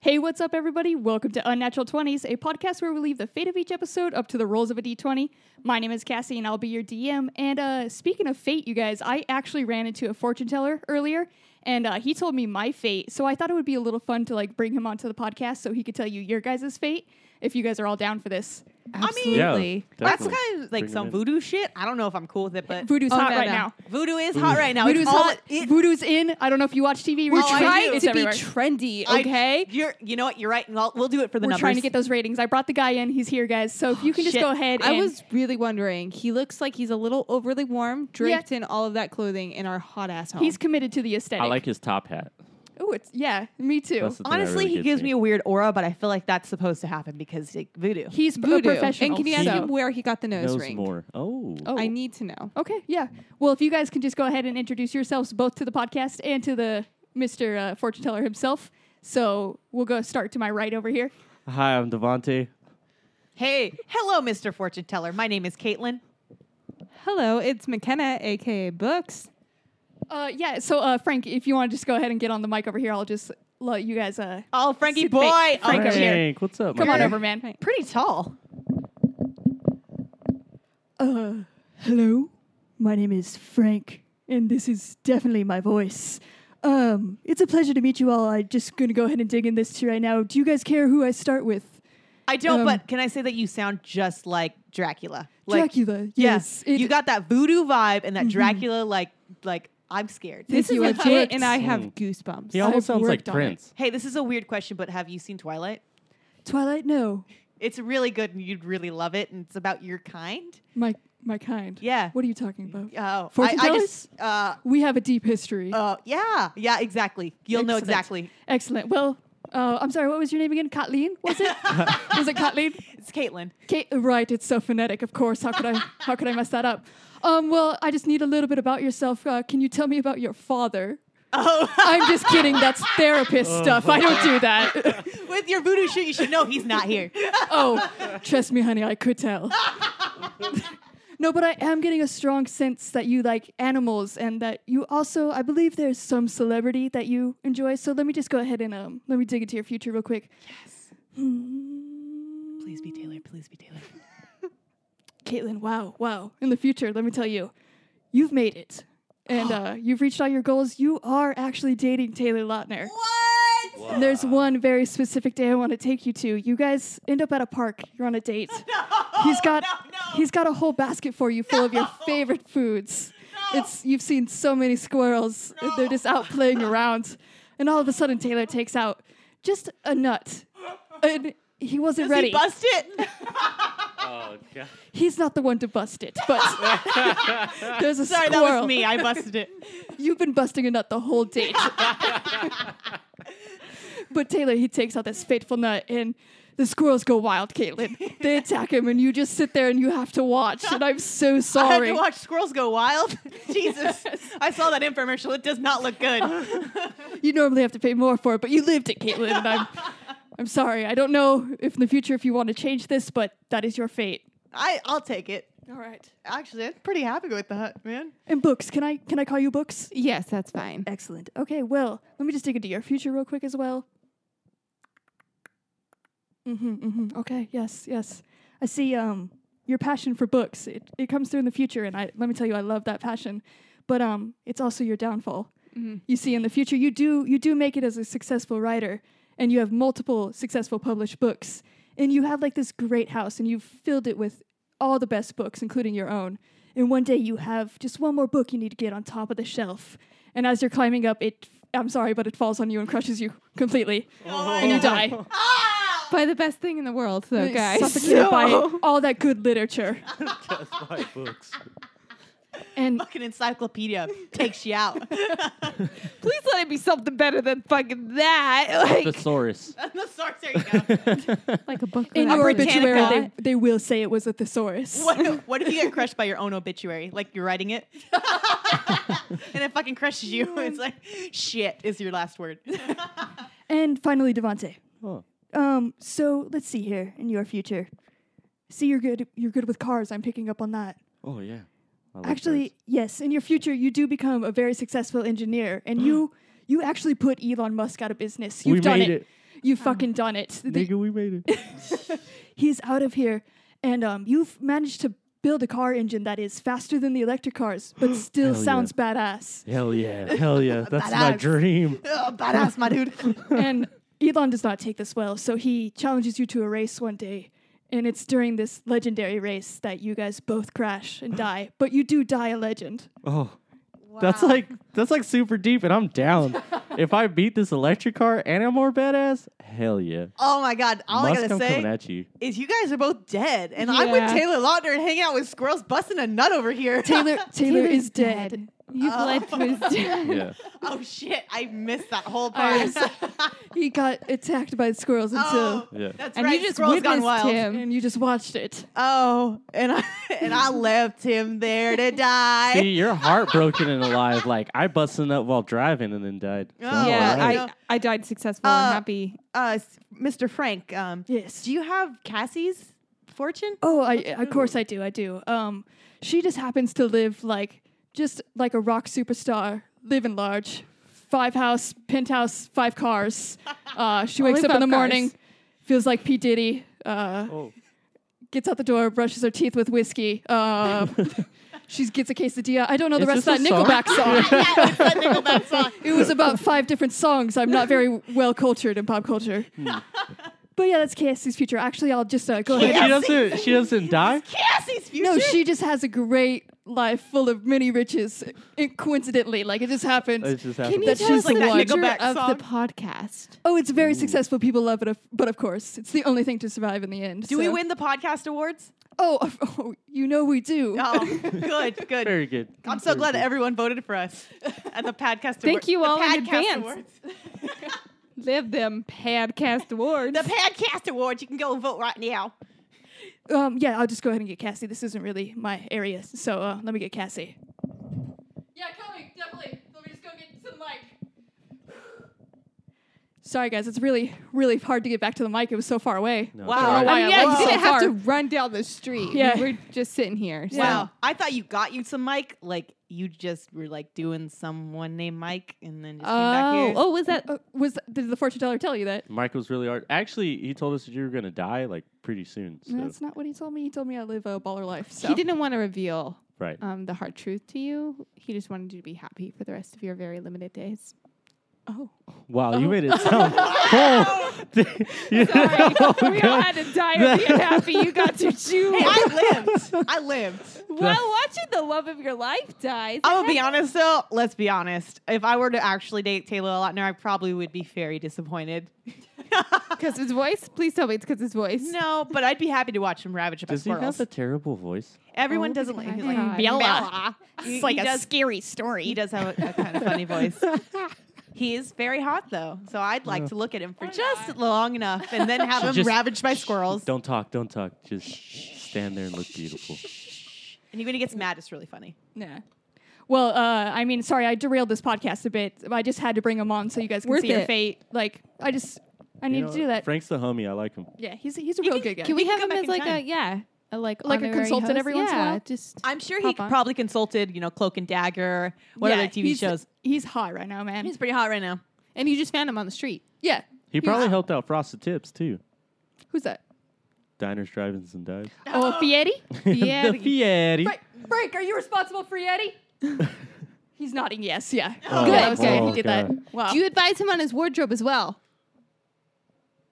Hey, what's up, everybody? Welcome to Unnatural 20s, a podcast where we leave the fate of each episode up to the rolls of a d20. My name is Cassie, and I'll be your DM. And uh, speaking of fate, you guys, I actually ran into a fortune teller earlier, and uh, he told me my fate. So I thought it would be a little fun to like bring him onto the podcast so he could tell you your guys' fate if you guys are all down for this. Absolutely. That's Definitely. kind of like Bring 'em some in. voodoo shit. I don't know if I'm cool with it, but Voodoo's Oh, hot no, right no. now. Voodoo is hot right now. It's Voodoo's, all- hot. it- Voodoo's in. Oh, I don't know if you watch TV. Well, Rich. I trying do. It's to be everywhere. trendy, I- okay? you're. You know what? You're right. Well, we'll do it for the We're numbers. Oh, trying to get those ratings. I brought the guy in. He's here, guys. So if you can just shit. go ahead. I and- was really wondering. He looks like he's a little overly warm, draped in all of that clothing in our hot ass home. He's committed to the aesthetic. I Oh, like it's his top hat. yeah, me too. That's the thing that Honestly, really he gets gives me a weird aura, but I feel like that's supposed to happen because like, voodoo. He's voodoo. a professional. And can you ask so- him where he got the nose nose ring? more. Oh. Oh, I need to know. okay, yeah. Well, if you guys can just go ahead and introduce yourselves both to the podcast and to the Mr. Uh, fortune teller himself. So we'll go start to my right over here. Hi, I'm Devante. Hey, hello, Mr. Fortune Teller. My name is Caitlin. Hello, it's McKenna, aka Books. Uh, yeah. So uh, Frank, if you want to just go ahead and get on the mic over here, I'll just let you guys. Uh, Oh, Frankie Sit boy. back. Oh, Frank over here. Frank, what's up? come my on guy? over, man. Pretty tall. Uh, hello. My name is Frank, and this is definitely my voice. Um, it's a pleasure to meet you all. I'm just gonna go ahead and dig in this right now. Do you guys care who I start with? I don't, Um, but can I say that you sound just like Dracula? Like, Dracula. Yes. Yes. It- Mm-hmm. you got that voodoo vibe and that Dracula, like, like I'm scared. Thank This is you, I've legit, worked- and I have Mm. goosebumps. He almost I've sounds like worked on it. Prince. Hey, this is a weird question, but have you seen Twilight? Twilight. No, It's really good and you'd really love it, and it's about your kind. my my kind. Yeah. What are you talking about? Oh, Fortune I, I just, uh, We have a deep history. uh, yeah, yeah, exactly. You'll know Excellent. exactly. Excellent. Well, uh, I'm sorry. What was your name again? Kathleen? Was it? was it Kathleen? It's Caitlin. Kate, right, it's so phonetic, of course. How could I? How could I mess that up? Um, well, I just need a little bit about yourself. Uh, can you tell me about your father? Oh, I'm just kidding. That's therapist stuff. I don't do that. with your voodoo shit, you should know he's not here. oh, trust me, honey, I could tell. no, but I am getting a strong sense that you like animals, and that you also, I believe, there's some celebrity that you enjoy. So let me just go ahead and um, let me dig into your future real quick. Hmm. Please be Taylor. Please be Taylor. Caitlin, wow, wow. In the future, let me tell you, you've made it. And uh, you've reached all your goals. You are actually dating Taylor Lautner. What? And there's one very specific day I want to take you to. You guys end up at a park. You're on a date. he's got no, no. he's got a whole basket for you full of your favorite foods. It's you've seen so many squirrels. They're just out playing around. And all of a sudden Taylor takes out just a nut. And he wasn't Does ready he bust it? Oh, God. he's not the one to bust it, but there's a Sorry, that squirrel. was me. I busted it. You've been busting a nut the whole date. but Taylor, he takes out this fateful nut, and the squirrels go wild. Caitlin, they attack him, and you just sit there and you have to watch. And I'm so I had sorry. to watch squirrels go wild. Jesus, I saw that infomercial. It does not look good. You normally have to pay more for it, but you lived it, Caitlin, and I'm. I'm sorry. I don't know if in the future if you want to change this, but that is your fate. I, I'll take it. All right. Actually, I'm pretty happy with that, man. And books. Can I can I call you books? Yes, that's fine. Excellent. Okay, well, let me just dig into your future real quick as well. Mm-hmm, mm-hmm. Okay, yes, yes. I see um your passion for books. It it comes through in the future and I let me tell you I love that passion. But um it's also your downfall. You see in the future you do you do make it as a successful writer and you have multiple successful published books and you have like this great house and you've filled it with all the best books including your own. And one day you have just one more book you need to get on top of the shelf. And as you're climbing up it I'm sorry but it falls on you and crushes you completely Oh. and you die By the best thing in the world, though, guys. suffocated by No. all that good literature. That's my books. And Fucking encyclopedia takes you out. Please let it be something better than fucking that. Like, Thesaurus. the source, there you go. like a book. in A your Britannica. obituary, they, they will say it was a thesaurus. What, what if you get crushed by your own obituary? Like you're writing it, and it fucking crushes you. It's like shit is your last word. And finally, Devante. Oh. Um, so let's see here in your future. See, you're good. You're good with cars. I'm picking up on that. Oh, yeah. I like Actually, yes. In your future, you do become a very successful engineer, and you you actually put Elon Musk out of business. We You've done made it. it. You've fucking done it. The- Nigga, we made it. he's out of here, and um, you've managed to build a car engine that is faster than the electric cars, but still Hell yeah. sounds badass. Hell yeah. Hell yeah. That's my Badass. dream. Oh, badass, my dude. and Elon does not take this well, so he challenges you to a race one day. And it's during this legendary race that you guys both crash and die, but you do die a legend. Oh. That's like that's like super deep and I'm down. if I beat this electric car and I'm more badass, hell yeah. Oh my god! All Musk, I gotta I'm coming say at you. is you guys are both dead, and I'm with Yeah. Taylor Lautner and hanging out with squirrels, busting a nut over here. Taylor Taylor is dead. You've Oh. led to his death. Yeah. oh shit! I missed that whole part. He got attacked by squirrels and oh, so Yeah. that's And right. you just squirrels gone witnessed wild. him. Oh. and you just watched it. Oh, and I and I left him there to die. See, you're heartbroken and alive. Like I busted up while driving and then died. So I'm yeah, alright. Alright. I, I died successful Uh, and happy. uh, s- Mr. Frank, um, Yes. do you have Cassie's fortune? Oh, I of course I do. I do. Um, she just happens to live like just like a rock superstar, living large, five house, penthouse, five cars. Uh, she wakes Only up in the five morning, cars. feels like P Diddy. Uh, Oh. Gets out the door, brushes her teeth with whiskey. Uh, she gets a quesadilla. I don't know the Is rest of this that a song? Nickelback song. yeah, it's that Nickelback song. it was about five different songs. I'm not very well cultured in pop culture. Hmm. but yeah, that's Cassie's future. Actually, I'll just uh, go But ahead. she doesn't she doesn't die? Cassie's future. No, she just has a great life full of many riches. It, coincidentally, like it just happened. It just Can happened. you That tell she's us the like that picture Nickelback of song? the podcast? oh, it's very successful. People love it, of, but of course, it's the only thing to survive in the end. do we so- win the podcast awards? Oh, of- oh, you know we do. Oh, good, good. Very good. I'm so Very glad good. that everyone voted for us at the podcast. Thank award- you the all in podcast advance. Awards. Live them podcast awards. The podcast awards. You can go vote right now. Um, yeah, I'll just go ahead and get Cassie. This isn't really my area, so uh, let me get Cassie. Yeah, coming definitely. Let me just go get to the mic. Sorry, guys, it's really, really hard to get back to the mic. It was so far away. No, it's Wow. alright. Oh, I mean, yeah, Wow. you didn't So have to far. run down the street. Yeah. We were just sitting here. so- Wow, I thought you got you some Mike. Like you just were like doing someone named Mike, and then just came back Oh, here. oh, was that? Uh, was did the fortune teller tell you that? Michael's really hard. Actually, he told us that you were gonna die like pretty soon. So That's not what he told me. He told me I live a baller life. So. He didn't want to reveal right. um, the hard truth to you. He just wanted you to be happy for the rest of your very limited days. Oh. Wow, you made it sound oh, you Sorry, know, we all God. had to die of being happy. You got to Hey, choose. I lived. I lived. well, watching the love of your life die. I'm gonna be honest though. Let's be honest. If I were to actually date Taylor Lautner, I probably would be very disappointed. Because his voice? Please tell me it's because his voice. no, but I'd be happy to watch him ravaged by Does he squirrels. have a terrible voice? Everyone Oh doesn't my like, he's God. like Bella. Bella. He- It's like he a does, scary story. He does have a, a kind of funny voice. He is very hot though, so I'd like to look at him for just long enough and then have him Just- ravaged by shh, squirrels. Don't talk, don't talk. Just stand there and look beautiful. And when he gets mad, it's really funny. Nah. Well, uh, I mean, sorry, I derailed this podcast a bit. I just had to bring him on so you guys can Worth see your it. fate. Like, I just, I You need know, to do that. Frank's the homie. I like him. yeah, he's he's a real good guy. Can we can have come him back as in like time. a yeah, a, like Like a honorary consultant host? every once in a Yeah, while? Just I'm sure he Pop on. probably consulted, you know, Cloak and Dagger, what Yeah, other TV he's- shows. He's hot right now, man. He's pretty hot right now. and you just found him on the street. yeah. He probably helped out Frosted Tips too. Who's that? Diners, drive-ins, and dives. Oh, Fieri. the Fieri. Fieri. Frank, Frank, are you responsible for Yeti? he's nodding yes. Yeah. Oh, good. I was okay. glad Oh, he did God. that. Wow. Do you advise him on his wardrobe as well?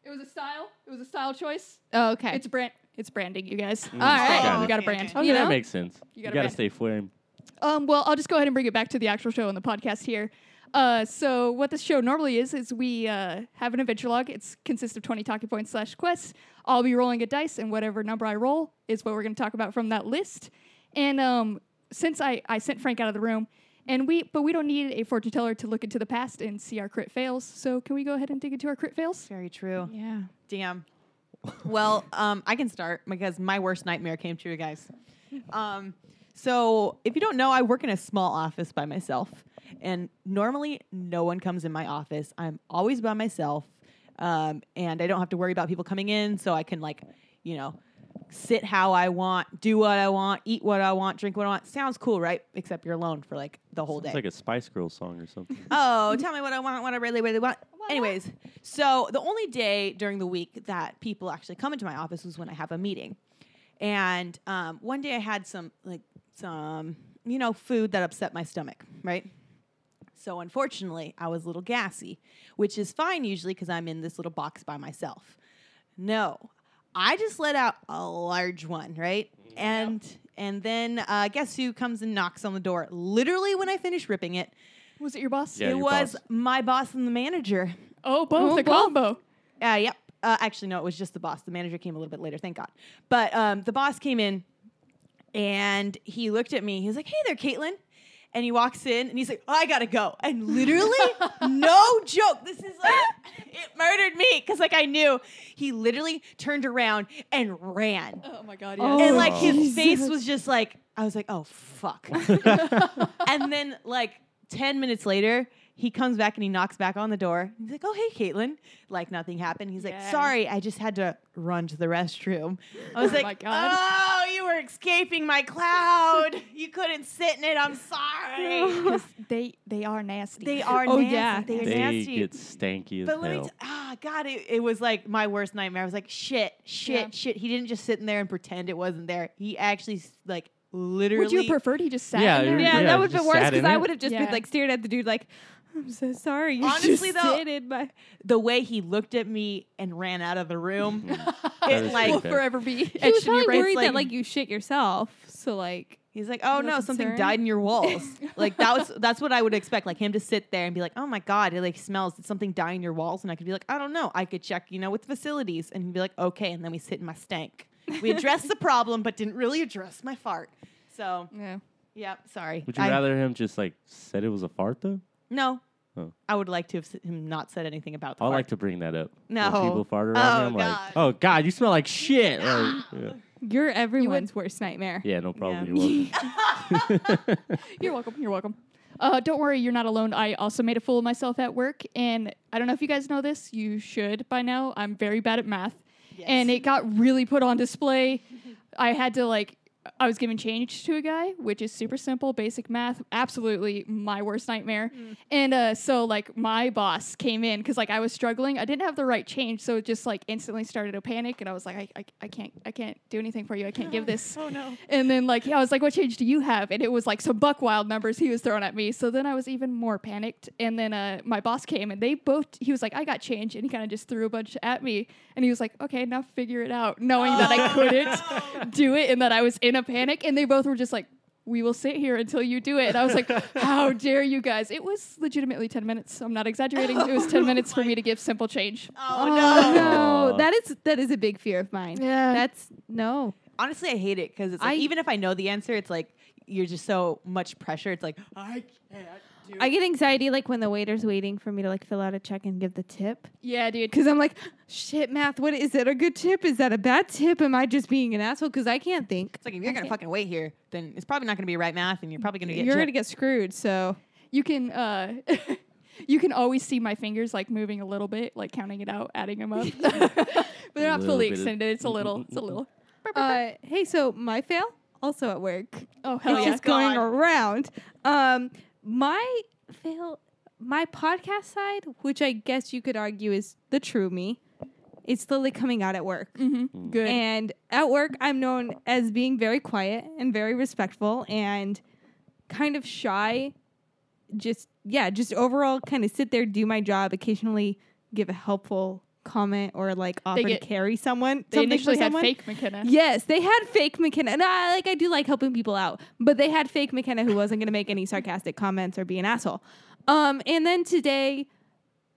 it was a style. It was a style choice. Oh, okay. It's brand. It's branding, you guys. All right. Mm, Got You it. got a Okay, brand. okay. I mean, you that know? makes sense. You gotta gotta, brand- stay flame. Um, well, I'll just go ahead and bring it back to the actual show and the podcast here. Uh, so what this show normally is is we uh, have an adventure log. It's consists of twenty talking points slash quests. I'll be rolling a dice, and whatever number I roll is what we're going to talk about from that list. And um, since I, I sent Frank out of the room, and we but we don't need a fortune teller to look into the past and see our crit fails. So can we go ahead and dig into our crit fails? Very true. yeah. Damn. well, um, I can start because my worst nightmare came true, guys. Um, so, if you don't know, I work in a small office by myself, and normally no one comes in my office. I'm always by myself, um, and I don't have to worry about people coming in, so I can like, you know, sit how I want, do what I want, eat what I want, drink what I want. Sounds cool, right? Except you're alone for like the whole It's day. like a Spice Girl song or something. oh, tell me what I want, what I really, really want. about Anyways, so the only day during the week that people actually come into my office was when I have a meeting. And um, one day I had some, like, some, you know, food that upset my stomach, right? So unfortunately, I was a little gassy, which is fine usually because I'm in this little box by myself. No, I just let out a large one, right? And and then uh, guess who comes and knocks on the door? Literally when I finish ripping it, Was it your boss? Yeah. it your was boss. my boss and the manager. Oh, both Oh, the both. combo. Uh, yep. Uh, actually, no, it was just the boss. The manager came a little bit later, thank God. But um, the boss came in and he looked at me. He was like, hey there, Caitlin. And he walks in and he's like, I gotta go. And literally, no joke, this is like, it murdered me because, like, I knew he literally turned around and ran. Oh my god. yes. And, Oh. like, his Jesus. face was just like, I was like, oh, fuck. and then, like, 10 minutes later, he comes back and he knocks back on the door. He's like, oh, hey, Caitlin. Like, nothing happened. He's like, Yeah. sorry, I just had to run to the restroom. I was Oh my like, God. oh, you were escaping my cloud. you couldn't sit in it. I'm sorry. 'Cause they they are nasty. they are Oh, nasty. yeah. They are They nasty. get stanky as but let me, hell. t- ah, God, it, it was like my worst nightmare. I was like, shit, shit, Yeah. shit. He didn't just sit in there and pretend it wasn't there. He actually, s- like, literally. Would you have preferred he just sat Yeah, in there? Yeah, Yeah, that would have just been worse sat in because I it. would have just Yeah. been like stared at the dude like, I'm so sorry. You Honestly, just though- did it, but the way he looked at me and ran out of the room, Mm-hmm. That it is like pretty will bad. forever be. he was etched in your probably brain. worried that like- like you shit yourself. So like, he's like, "Oh no, No something concern. died in your walls." like that was that's what I would expect, like him to sit there and be like, "Oh my god, it like smells. Did something die in your walls?" And I could be like, "I don't know. I could check, you know, with facilities." And he'd be like, "Okay." And then we sit in my stank. We addressed the problem, but didn't really address my fart. So, yeah. yeah, sorry. Would you I- rather him just like said it was a fart though? No. Oh. I would like to have s- him not said anything about the I fart. like to bring that up. When No. people fart around me. Oh, I'm God. like, oh god, you smell like shit. Like, yeah. You're everyone's worst nightmare. Yeah, no Yeah. problem. You're welcome. You're welcome. You're welcome. Uh, don't worry, you're not alone. I also made a fool of myself at work, and I don't know if you guys know this. You should by now. I'm very bad at math, and it got really put on display. I had to like, I was giving change to a guy, which is super simple, basic math. Absolutely my worst nightmare. And uh, so like my boss came in because like I was struggling. I didn't have the right change, so it just like instantly started a panic, and I was like, I, I, I can't, I can't do anything for you. I can't give this. Oh no. And then like I was like, "What change do you have?" And it was like some buck wild numbers he was throwing at me. So then I was even more panicked. And then uh, my boss came and they both. He was like, "I got change," and he kind of just threw a bunch at me. And he was like, "Okay, now figure it out," knowing that I couldn't do it and that I was in a panic. And they both were just like, "We will sit here until you do it." And I was like, "How dare you guys?" It was legitimately ten minutes. I'm not exaggerating. It was ten minutes for me to give simple change. Oh, no. Oh, Aw. no, that is that is a big fear of mine. Yeah. that's no. honestly i hate it because it's like I- even if i know the answer it's like you're just so much pressure it's like i can't do I get anxiety like when the waiter's waiting for me to like fill out a check and give the tip Yeah, dude. because I'm like, shit, math. What is that a good tip? Is that a bad tip? Am I just being an asshole? Because I can't think. it's like if you're gonna fucking wait here then it's probably not gonna be right math and you're probably gonna get You're gypped. gonna get screwed. So you can uh you can always see my fingers like moving a little bit like counting it out adding them up but they're not Little fully bit of- extended it's a little it's a little Uh, hey, so my fail also at work. oh It's hell yeah just going God. around. Um, my fail, my podcast side, which I guess you could argue is the true me, is slowly coming out at work. mm-hmm. good And at work, I'm known as being very quiet and very respectful and kind of shy. Just, yeah, just overall kind of sit there, do my job, occasionally give a helpful comment or like offer get- to carry someone. they something for initially had someone. fake mckenna Yes, they had fake McKenna. And I like I do like helping people out, but they had fake McKenna who wasn't gonna make any sarcastic comments or be an asshole. Um, and then today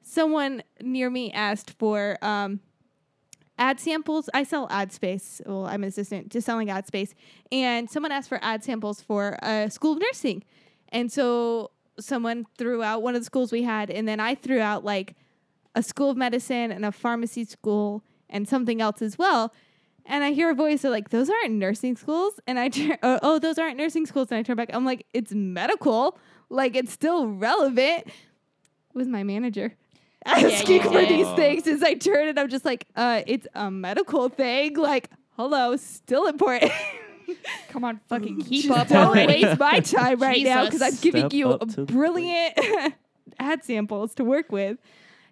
someone near me asked for um ad samples. I sell ad space. Well, I'm an assistant to selling ad space. And someone asked for ad samples for a school of nursing. And so someone threw out one of the schools we had, and then I threw out like a school of medicine and a pharmacy school and something else as well. And I hear a voice so like, "Those aren't nursing schools." And I turn, oh, oh, those aren't nursing schools. And I turn back. I'm like, "It's medical. Like it's still relevant." Was my manager asking for did. these things? As I turn and I'm just like, "Uh, it's a medical thing. Like, hello, still important." come on fucking Just keep up Don't already waste my time right now because I'm Jesus. giving Step you up to the plate. brilliant ad samples to work with.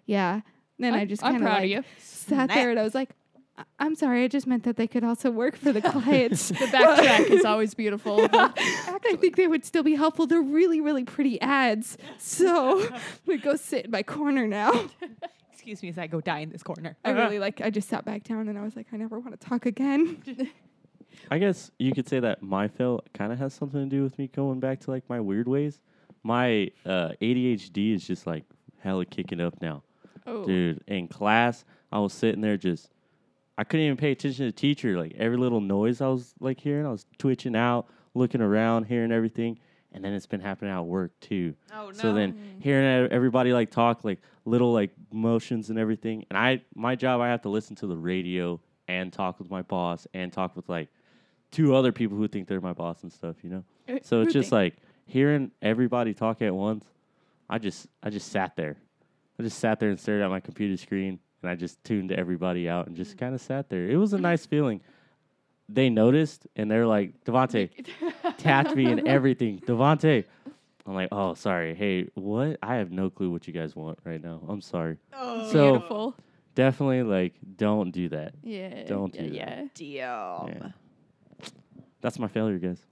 Yeah. Then I'm, I just I'm kind proud like, of you. sat there and I was like, "I- I'm sorry, I just meant that they could also work for the clients. The backtrack is always beautiful. The- I think they would still be helpful. They're really, really pretty ads. So I'm gonna go sit in my corner now. Excuse me as I go die in this corner. Uh-huh. I really like I just sat back down and I was like, I never want to talk again. I guess you could say that my fail kind of has something to do with me going back to like my weird ways. My uh, ADHD is just like hella kicking up now, oh, dude. In class, I was sitting there just, I couldn't even pay attention to the teacher. Like every little noise I was like hearing, I was twitching out, looking around, hearing everything. And then it's been happening at work too. Oh, So then hearing e- everybody like talk like little like motions and everything, and I my job I have to listen to the radio and talk with my boss and talk with like two other people who think they're my boss and stuff, you know. So it's just like hearing everybody talk at once. I just I just sat there. I just sat there and stared at my computer screen and I just tuned everybody out and just kind of sat there. It was a nice feeling. They noticed and they're like, Devontae, tapped me and everything. Devontae. I'm like, oh, sorry. Hey, what? I have no clue what you guys want right now. I'm sorry. Oh, so- beautiful. Definitely, like, don't do that. Yeah. Don't yeah, do that. yeah. deal. Yeah. That's my failure, guys.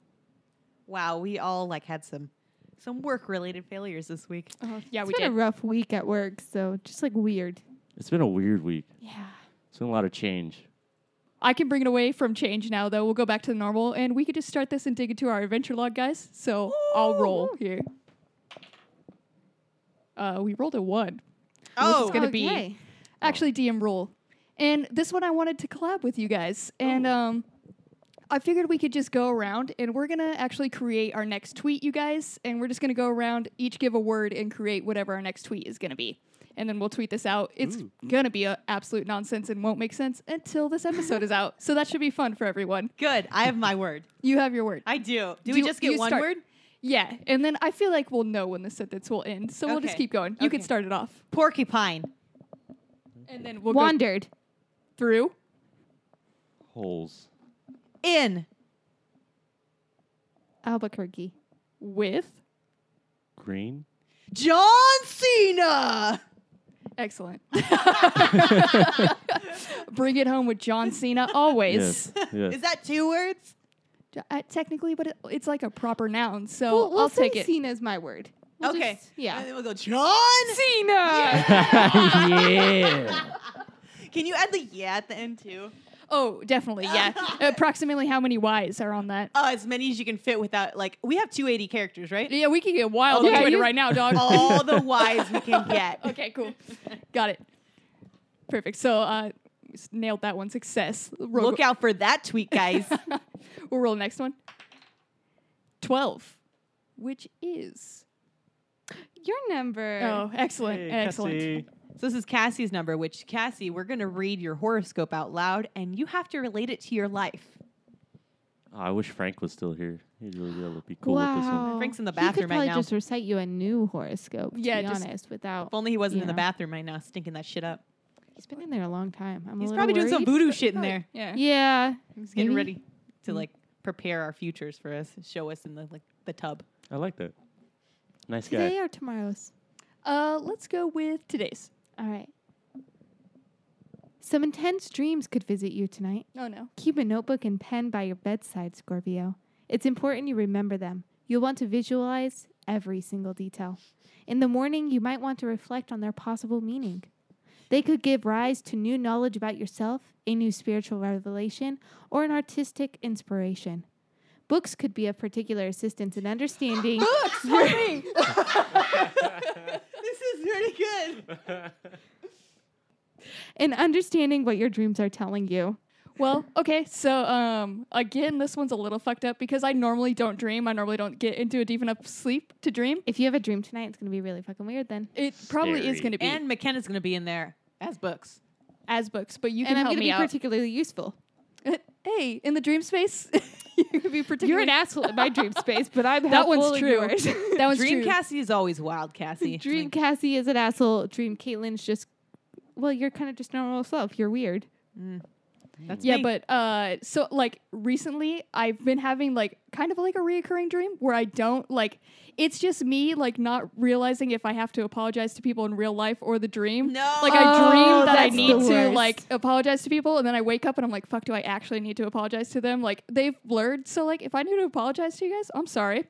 Wow, we all like had some some work related failures this week. Oh, yeah, It's we been did. a rough week at work, so just like weird. It's been a weird week. Yeah. It's been a lot of change. I can bring it away from change now, though. We'll go back to the normal, and we could just start this and dig into our adventure log, guys. So I'll roll here. Uh, we rolled a one. Oh, gonna be- actually DM rule. And this one I wanted to collab with you guys. And um I figured we could just go around and we're going to actually create our next tweet, you guys, and we're just going to go around each give a word and create whatever our next tweet is going to be. And then we'll tweet this out. It's going to be a absolute nonsense and won't make sense until this episode is out. So that should be fun for everyone. good. I have my word. You have your word. I do. Do Do, we you- just get you one start. word? yeah, and then I feel like we'll know when the sentence will end. So we'll just Okay. keep going. You can Okay. start it off. Porcupine. And then we'll go Wandered. through. Holes. In. Albuquerque. With Green. John Cena. Excellent. Bring it home with John Cena always. Yes. yes. Is that two words? J- Uh, technically, but it, it's like a proper noun, so Well, we'll I'll say take it. Cena is my word. We'll okay. just- yeah. And then we'll go John Cena. yeah. Can you add the yeah at the end too? Oh, definitely, yeah. Approximately how many Y's are on that? Oh, as many as you can fit without like we have 280 characters, right? Yeah, we can get wild Okay. on Twitter You- right now, dog. All the Y's we can get. okay, cool. Got it. Perfect. So, uh, s- nailed that one. Success. Roll, Look out for that tweet, guys. We'll roll the next one. 12, which is. Your number. Oh, excellent. excellent. So this is Cassie's number, which Cassie, we're gonna read your horoscope out loud, and you have to relate it to your life. I wish Frank was still here. He'd really be able to be cool with this one. Wow. Frank's in the He bathroom could right probably now. just recite you a new horoscope. To Yeah, be just- honest, without If only he wasn't in the Yeah. bathroom right now, stinking that shit up. he's been in there a long time. I'm a He's little probably doing some worried. voodoo shit in there. Yeah. Yeah, He's getting Maybe. ready to like prepare our futures for us, show us in the like the tub. I like that. Nice guy. today or tomorrow's. Uh, let's go with today's. All right. Some intense dreams could visit you tonight. Oh no. Keep a notebook and pen by your bedside, Scorpio. It's important you remember them. You'll want to visualize every single detail. In the morning, you might want to reflect on their possible meaning. They could give rise to new knowledge about yourself, a new spiritual revelation, or an artistic inspiration. Books could be of particular assistance in understanding. This is really good. in understanding what your dreams are telling you. Well, okay. So, um, again, this one's a little fucked up because I normally don't dream. I normally don't get into a deep enough sleep to dream. If you have a dream tonight, it's going to be really fucking weird then. It probably is Scary. going to be And McKenna's gonna be in there as books. as books, but you can and I'm help going to me be out. particularly useful. hey, in the dream space, you could be particularly. You're an asshole in my dream space, but I'm that helpful one's in true. yours. that one's Dream true. Cassie is always wild, Cassie. Dream Like, Cassie is an asshole. Dream Caitlin's just, well, you're kind of just normal self. You're weird. That's Yeah, me. but uh, so like recently, I've been having like kind of like a reoccurring dream where I don't like. It's just me like not realizing if I have to apologize to people in real life or the dream. No. like I dream Oh, that I that's the need to worst. like apologize to people, and then I wake up and I'm like, "Fuck, do I actually need to apologize to them?" Like they've blurred. So like, if I need to apologize to you guys, I'm sorry.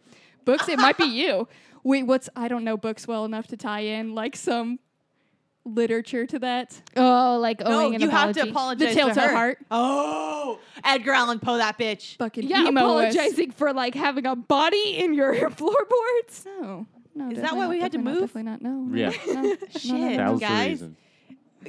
Books, it might be you. Wait, what's I don't know books well enough to tie in like some literature to that. Oh, like owing no, an you have apology. to apologize. The Telltale to her. Heart. Oh, Edgar Allan Poe, that bitch. Fucking Yeah, emo apologizing for like having a body in your floorboards. No, Oh, no. Is that definitely why not, we had to definitely move? Not, definitely not. No. Yeah. No, no, no, no, Shit. no. That was guys. the reason.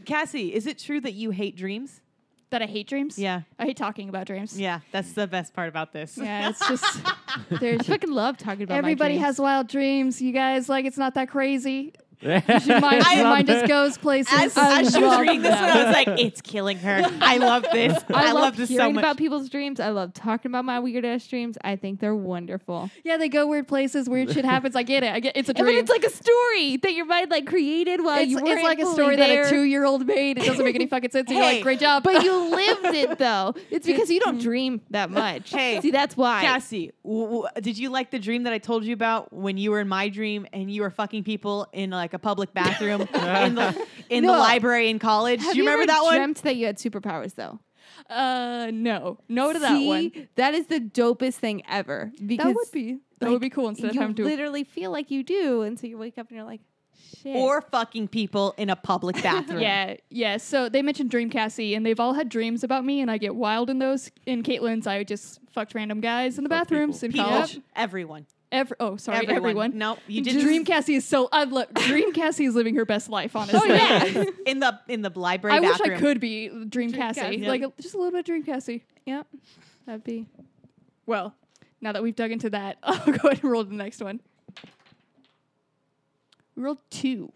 Cassie, is it true that you hate dreams? That I hate dreams. Yeah, I hate talking about dreams. yeah. That's the best part about this. Yeah, it's just I there's fucking love talking about. everybody my has wild dreams. You guys like it's not that crazy. Your Your mind, I- your mind just goes goes. places. Um, As, I as she was love reading this one, that. I was like, "It's killing her." I love this. I, love, love this hearing so much. about people's dreams. I love talking about my weird ass dreams. I think they're wonderful. yeah, they go weird places. Weird shit happens. I get it. I get it's a And then dream. it's like a story that your mind like created while it's, you were it's like a story that a two-year-old made. It doesn't make any fucking sense. And you're Hey. like, great job, but you lived it though. It's because you don't dream that much. Hey, see that's why. Cassie, w- w- did you like the dream that I told you about when you were in my dream and you were fucking people in like a public bathroom in the in the No. library in college? Have Do you, remember ever that one? Dreamt that you had superpowers though. Uh, no, no to that See, one. That is the dopest thing ever. Because That would be that would be cool instead of you having to literally feel like you do, and so you wake up and you're like, shit. Or fucking people in a public bathroom? Yeah, yeah. So they mentioned Dream Cassie, and they've all had dreams about me, and I get wild in those. In Caitlin's, I just fucked random guys in the Fuck bathrooms in people. people, college. everyone, Every, oh, sorry, everyone. everyone. No, you didn't. Dream Cassie is so. I love Dream Cassie is living her best life. Honestly, Oh, yeah. in the in the library. I wish bathroom. I could be Dream Cassie, Cassie. like a- just a little bit of Dream Cassie. Yep. That'd be. Well, now that we've dug into that, I'll go ahead and roll to the next one. We rolled two.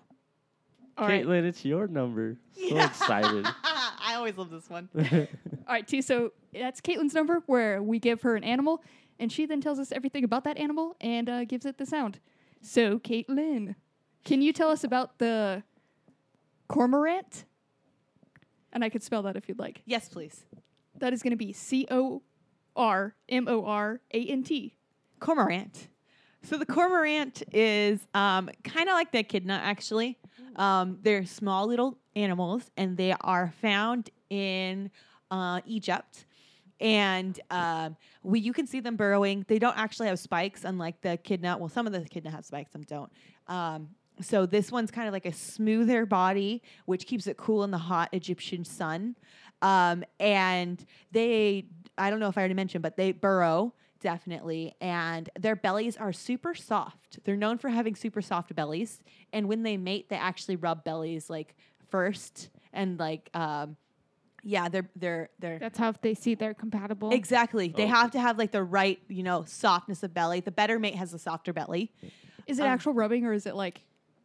All right. Caitlin, it's your number. So excited. I always love this one. All right, T. So that's Caitlin's number, where we give her an animal, and she then tells us everything about that animal and uh, gives it the sound. So, Caitlin, can you tell us about the cormorant? And I could spell that if you'd like. Yes, please. That is going to be C O R M O R A N T. cormorant. So the cormorant is um, kind of like the echidna, actually. Um, they're small little animals, and they are found in uh, Egypt. And um, we, you can see them burrowing. They don't actually have spikes, unlike the echidna. Well, some of the echidna have spikes, some don't. Um, so this one's kind of like a smoother body, which keeps it cool in the hot Egyptian sun. Um, and they, I don't know if I already mentioned, but they burrow definitely, and their bellies are super soft. They're known for having super soft bellies, and when they mate, they actually rub bellies like first, and like, um, yeah, they're they're they're That's how they see they're compatible. exactly. They Oh. have to have like the right, you know, softness of belly. The better mate has a softer belly. Is it Um, actual rubbing or is it like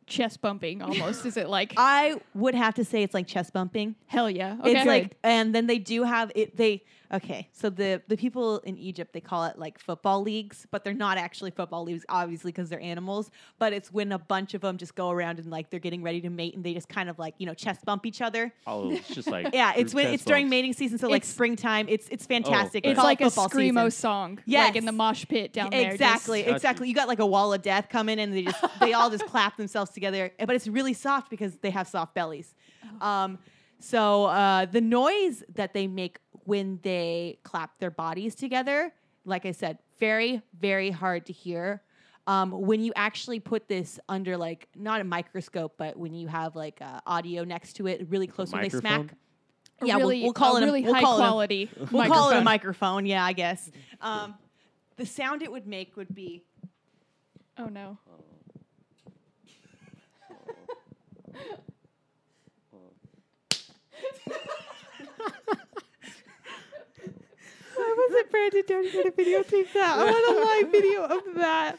chest bumping almost? is it like, I would have to say it's like chest bumping. hell yeah? Okay. Uh, It's like, and then they do have it. They okay. So the the people in Egypt they call it like football leagues, but they're not actually football leagues, obviously, because they're animals. But it's when a bunch of them just go around and like they're getting ready to mate, and they just kind of like you know chest bump each other. oh, it's just like Yeah, it's group when test it's during bumps. mating season, so like It's- springtime. It's it's fantastic. They it's call it like a football season. screamo song, like in the Yes. mosh pit down there. just- Exactly, Gotcha. exactly. You got like a wall of death coming, and they just they all just clap themselves together. eh, But it's really soft because they have soft bellies. Oh. Um, so uh, the noise that they make when they clap their bodies together, like I said, very very hard to hear. Um, when you actually put this under like not a microscope, but when you have like uh, audio next to it, really close when they microphone? smack. a Yeah, we'll- really, we'll call a it a- really we'll high call it a- quality. We'll call it a microphone. Yeah, I guess. Um, the sound it would make would be Oh no. Why wasn't Brandon Doty going to videotape that? I want a live video of that.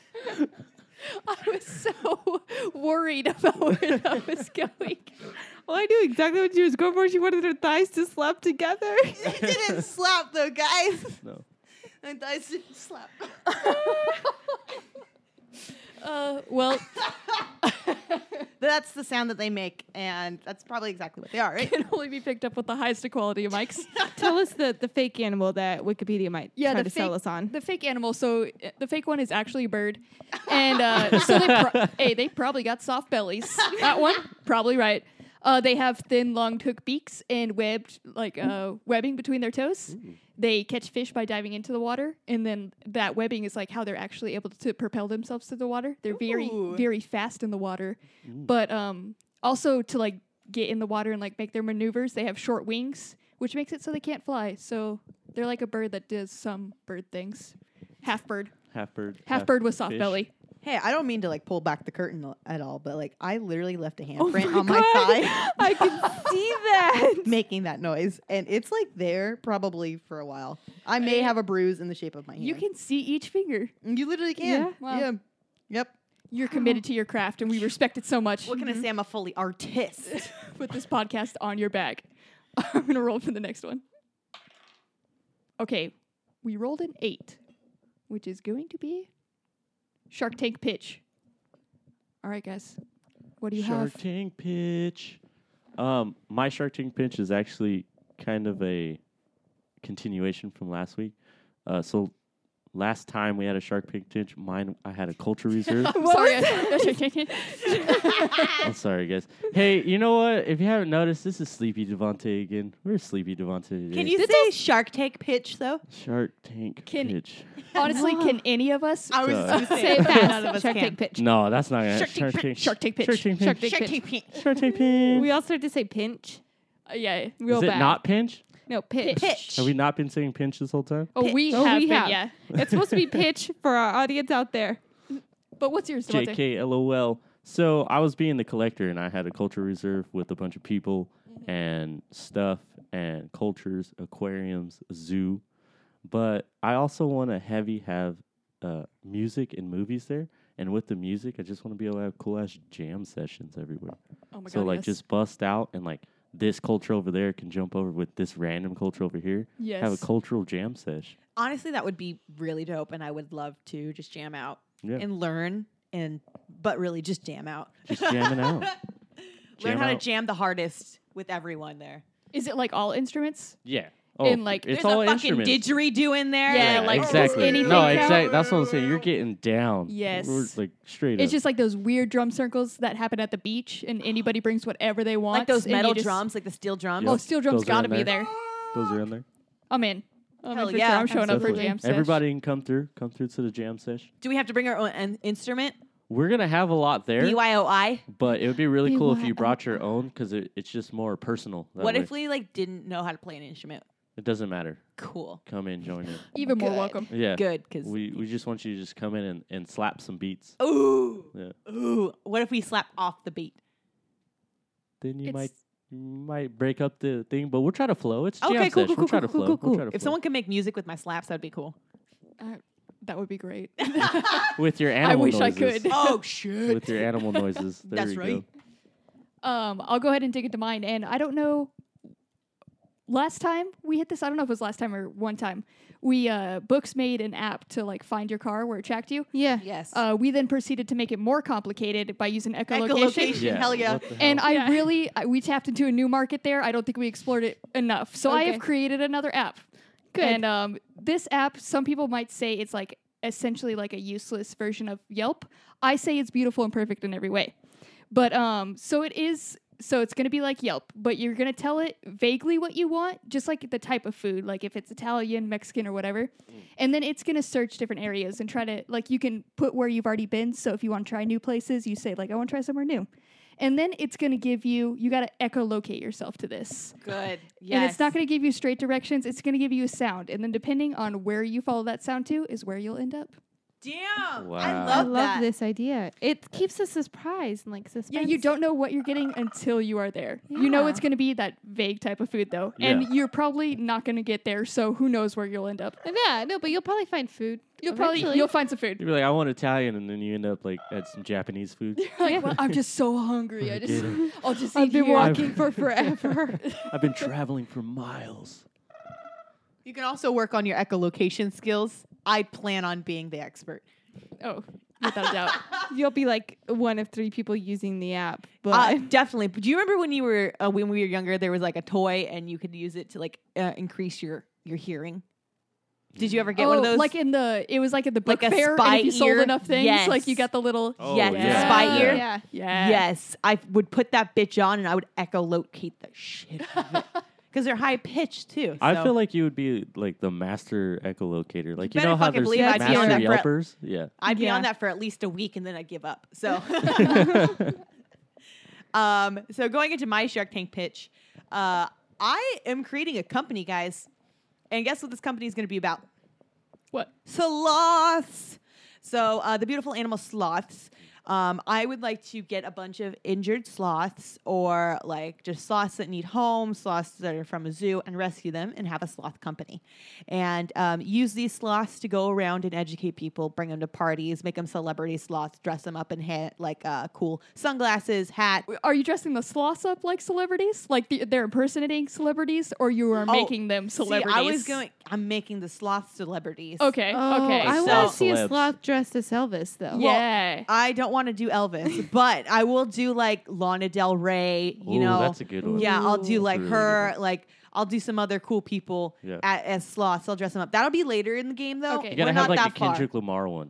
I was so worried about where that was going. Well, I knew exactly what she was going for. She wanted her thighs to slap together. it didn't slap though, guys. No. My thighs didn't slap. Uh, well, That's the sound that they make, and that's probably exactly what they are, right? Can only be picked up with the highest quality of mics. Tell us the, the fake animal that Wikipedia might Yeah, try the to fake, sell us on. the fake animal. So uh, the fake one is actually a bird, and uh, so they pro- hey, they probably got soft bellies. That one, probably right. Uh, they have thin, long hook beaks and webbed like uh, webbing between their toes. They catch fish by diving into the water, and then that webbing is like how they're actually able to propel themselves to the water. They're very, Ooh. very fast in the water, but um, also to like get in the water and like make their maneuvers, they have short wings, which makes it so they can't fly. So they're like a bird that does some bird things. Half bird, half bird, half, bird with soft fish. belly. Hey, I don't mean to like pull back the curtain l- at all, but like I literally left a handprint on Oh my thigh I can see that. making that noise, and it's like there probably for a while. I may have a bruise in the shape of my hand. You can see each finger. you literally can. Yeah, wow. yeah. Yep. Mm-hmm. You're committed to your craft, and we respect it so much. What can I say? I'm a fully artist. Put this podcast on your back. I'm gonna roll for the next one. Okay, we rolled an eight, which is going to be Shark Tank pitch. All right, guys, what do you Shark have? Tank pitch. Um, my Shark Tank pitch is actually kind of a continuation from last week. Uh, so last time we had a Shark Tank pitch, mine I had a culture reserve. Sorry, I- I'm sorry, guys. Hey, you know what? If you haven't noticed, this is Sleepy Devante again. We're Sleepy Devante today. Can you say Shark Tank pitch though? Shark Tank Can- pitch? honestly, can any of us I was Uh, just gonna Say it. it fast. None of us Shark can. Tank pitch. No, that's not gonna. Shark Tank pitch, Shark Tank pitch. Shark Tank Shark pitch. Shark Tank pitch. Tank pitch. Shark Tank pitch. We all start to say pinch. Uh, yeah, real Is it bad. not pinch? No, pitch. Pitch. Have we not been saying pinch this whole time? oh, we Oh, have. we been, have. Yeah, It's supposed to be pitch for our audience out there. but what's yours? Devante? JK, lol. So I was being the collector, and I had a culture reserve with a bunch of people Mm-hmm. and stuff and cultures, aquariums, zoo. But I also want to heavy have uh, music and movies there. And with the music, I just want to be able to have cool ass jam sessions everywhere. Oh my so god. like, yes. just bust out and like this culture over there can jump over with this random culture over here. Have a Yes. cultural jam sesh. Honestly, that would be really dope, and I would love to just jam out Yeah. and learn, and but really just jam out. Just jamming out. Jam learn how out. to jam the hardest with everyone there. Is it like all instruments? Yeah. Oh, And, like, it's There's all a fucking instruments. didgeridoo in there. Yeah, Yeah, like, does exactly. anything no, count? exactly. That's what I'm saying. You're getting down. Yes. We're, like straight It's up. just like those weird drum circles that happen at the beach, and anybody brings whatever they want. like those and you metal just- drums, like the steel drums. Yeah. Oh, steel drums Those are gotta in be there. there. Those are in there. I'm in. I'm Hell in for yeah, sure. I'm showing up for Definitely. jam sesh. Everybody can come through. Come through to the jam sesh. Do we have to bring our own an- instrument? We're gonna have a lot there, BYOI. but it would be really cool if you brought your own because it, it's just more personal. that What way. if we like didn't know how to play an instrument? It doesn't matter. Cool. Come in, join in. even more Good. welcome. Yeah. Good, because We we just want you to just come in and, and slap some beats. ooh Yeah. ooh. What if we slap off the beat? Then you It's- might you might break up the thing, but we'll try to flow. It's jam Okay, cool, cool, sesh. we'll cool, try to cool, cool, cool, flow. We'll cool. try to If flow. someone could make music with my slaps, that'd be cool. Uh, that would be great. with your animal I wish I noises, could. oh shit. With your animal noises. There That's we right. go. um, I'll go ahead and dig into mine. And I don't know. Last time we hit this, I don't know if it was last time or one time. We uh, books made an app to like find your car where it tracked you. Yeah. Yes. Uh, we then proceeded to make it more complicated by using echolocation. Echolocation. Hell yeah. what the And hell. I Yeah. really, I, we tapped into a new market there. I don't think we explored it enough. So I Okay. have created another app. Good. And um, this app, some people might say it's like essentially like a useless version of Yelp. I say it's beautiful and perfect in every way. But um, so it is. So it's gonna be like Yelp, but you're gonna tell it vaguely what you want, just like the type of food, like if it's Italian, Mexican, or whatever. And then it's gonna search different areas and try to like you can put where you've already been. So if you want to try new places, you say like I want to try somewhere new, and then it's gonna give you you gotta echolocate yourself to this. Good. Yes. And it's not going to give you straight directions. It's going to give you a sound. And then depending on where you follow that sound to is where you'll end up. Damn. Wow. I I love, I love that. this idea. It keeps us surprised and like suspense. Yeah, you don't know what you're getting until you are there. You know Yeah. it's going to be that vague type of food though. Yeah. And you're probably not going to get there, so who knows where you'll end up. Yeah, no, but you'll probably find food. You'll probably eventually. you'll find some food. You'd be like, I want Italian, and then you end up like at some Japanese food. Like, well, I'm just so hungry. I just Forget I'll just I've eat been here. walking for forever. I've been traveling for miles. You can also work on your echolocation skills. I plan on being the expert. Oh, without a doubt. You'll be like one of three people using the app, but Uh, definitely. But do you remember when you were uh, when we were younger? There was like a toy, and you could use it to like uh, increase your your hearing. Did you ever get one of Oh, those? like in the it was like in the book Like a fair. spy and if you sold ear? enough things, Yes. like you got the little Oh, Yes, yeah. spy Yeah. ear. Yeah. yeah. Yes, I would put that bitch on, and I would echolocate the shit because they're high pitched too. I so- feel like you would be like the master echolocator. Like you better know how fucking there's believe I'd be on master that for- yelpers. Yeah. I'd be Yeah. on that for at least a week, and then I'd give up. So. Um, so going into my Shark Tank pitch, uh, I am creating a company, guys, and guess what this company is going to be about? What? Sloths. So uh, the beautiful animal sloths. Um, I would like to get a bunch of injured sloths, or like just sloths that need homes, sloths that are from a zoo, and rescue them and have a sloth company, and um, use these sloths to go around and educate people, bring them to parties, make them celebrity sloths, dress them up in ha- like uh, cool sunglasses, hat, Are you dressing the sloths up like celebrities? Like the, they're impersonating celebrities, or you are Oh, making them see, celebrities? I was going. I'm making the sloth celebrities. Okay. Eh, okay. Oh, I so- want to see a Celebs. sloth dressed as Elvis though. yeah. I don't want to do Elvis, but I will do like Lana Del Rey. You Ooh, know, that's a good one. yeah, I'll Ooh. do like That's a really her. Like I'll do some other cool people Yeah. a- as sloths. I'll dress them up. That'll be later in the game, though. Okay. You You gotta We're not have like a that far. Kendrick Lamar one.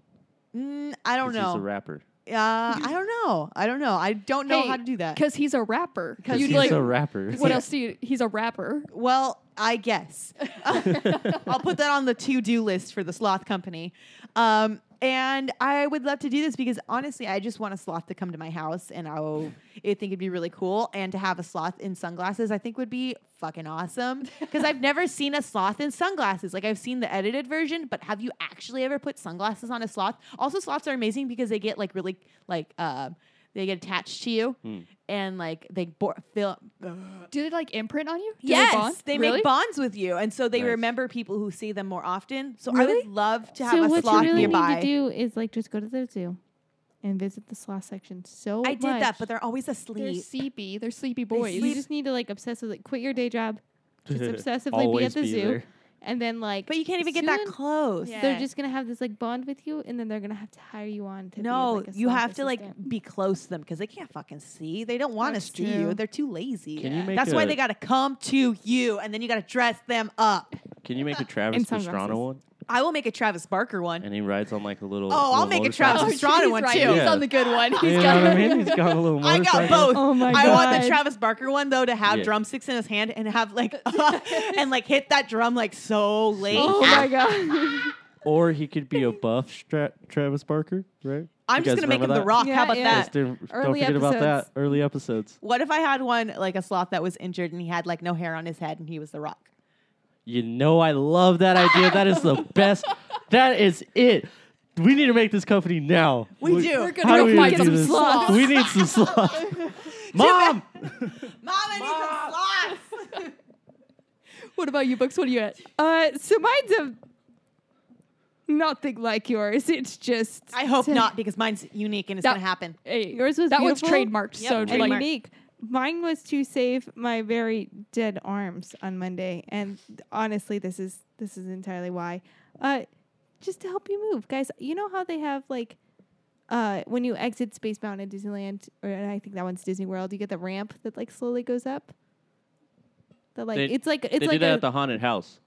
Mm, I don't 'cause He's a know. rapper. Uh, I don't know. I don't know. I don't know Hey, how to do that. Because he's a rapper. 'Cause You'd he's like, a rapper. What else do you? He's a rapper. Well, I guess. I'll put that on the to do list for the sloth company. Um, and I would love to do this because honestly, I just want a sloth to come to my house and I'll, I think it'd be really cool. And to have a sloth in sunglasses, I think would be fucking awesome because I've never seen a sloth in sunglasses. Like I've seen the edited version, but have you actually ever put sunglasses on a sloth? Also, sloths are amazing because they get like really, like, uh, they get attached to you and like they bor- feel. Do they like imprint on you? Do yes, They, bond? they Really? make bonds with you, and so they Nice. remember people who see them more often. So I would Really? love to have so a what sloth you really nearby. need to do is like just go to the zoo and visit the sloth section. So I did much. that, but they're always They're asleep. sleepy. They're sleepy boys. you just need to like obsessively quit your day job, just obsessively be at Always the be zoo, there. and then like. but you can't even get that soon close. Yeah. They're just gonna have this like bond with you, and then they're gonna have to hire you on to. No, be, like, a you sloth have to like assistant. be close to them because they can't fucking see. They don't want to That's see true. you. They're too lazy. Can you make That's why a- they got to come to you, and then you got to dress them up. Can you make a Travis And sunglasses. Pastrana one? I will make a Travis Barker one. And he rides on like a little. Oh, I'll little make a motorcycle. Travis Pastrana he's one, right. too. He's Yeah. on the good one. You He's know got what I mean? He's got a little I motorcycle. got both. Oh my I want the God. Travis Barker one though to have Yeah. drumsticks in his hand and have like and like hit that drum like so late. Ah, Oh my god! Or he could be a buff stra- Travis Barker, right? I'm You just guys gonna make him remember the that? Rock. Yeah, How about yeah. Just that? don't, don't Early forget about episodes. that. Early episodes. What if I had one like a sloth that was injured and he had like no hair on his head and he was the Rock? You know, I love that idea. That is the best. That is it. We need to make this company now. We do. We're gonna how go do we find do some this? sloths. We need some sloths. Mom, Mom, I need some sloths. What about you, Books? What are you at? uh, so mine's a nothing like yours. It's just I hope to- not because mine's unique and it's That- gonna happen. Hey, Yours was that one's beautiful. trademarked. Yep, So and like, trademarked. unique. Mine was to save my very dead arms on Monday, and honestly, this is this is entirely why. Uh, just to help you move, guys. You know how they have like. Uh, when you exit Space Mountain at Disneyland, or I think that one's Disney World, you get the ramp that like slowly goes up. That like They- it's like they it's like did that a, at the haunted house,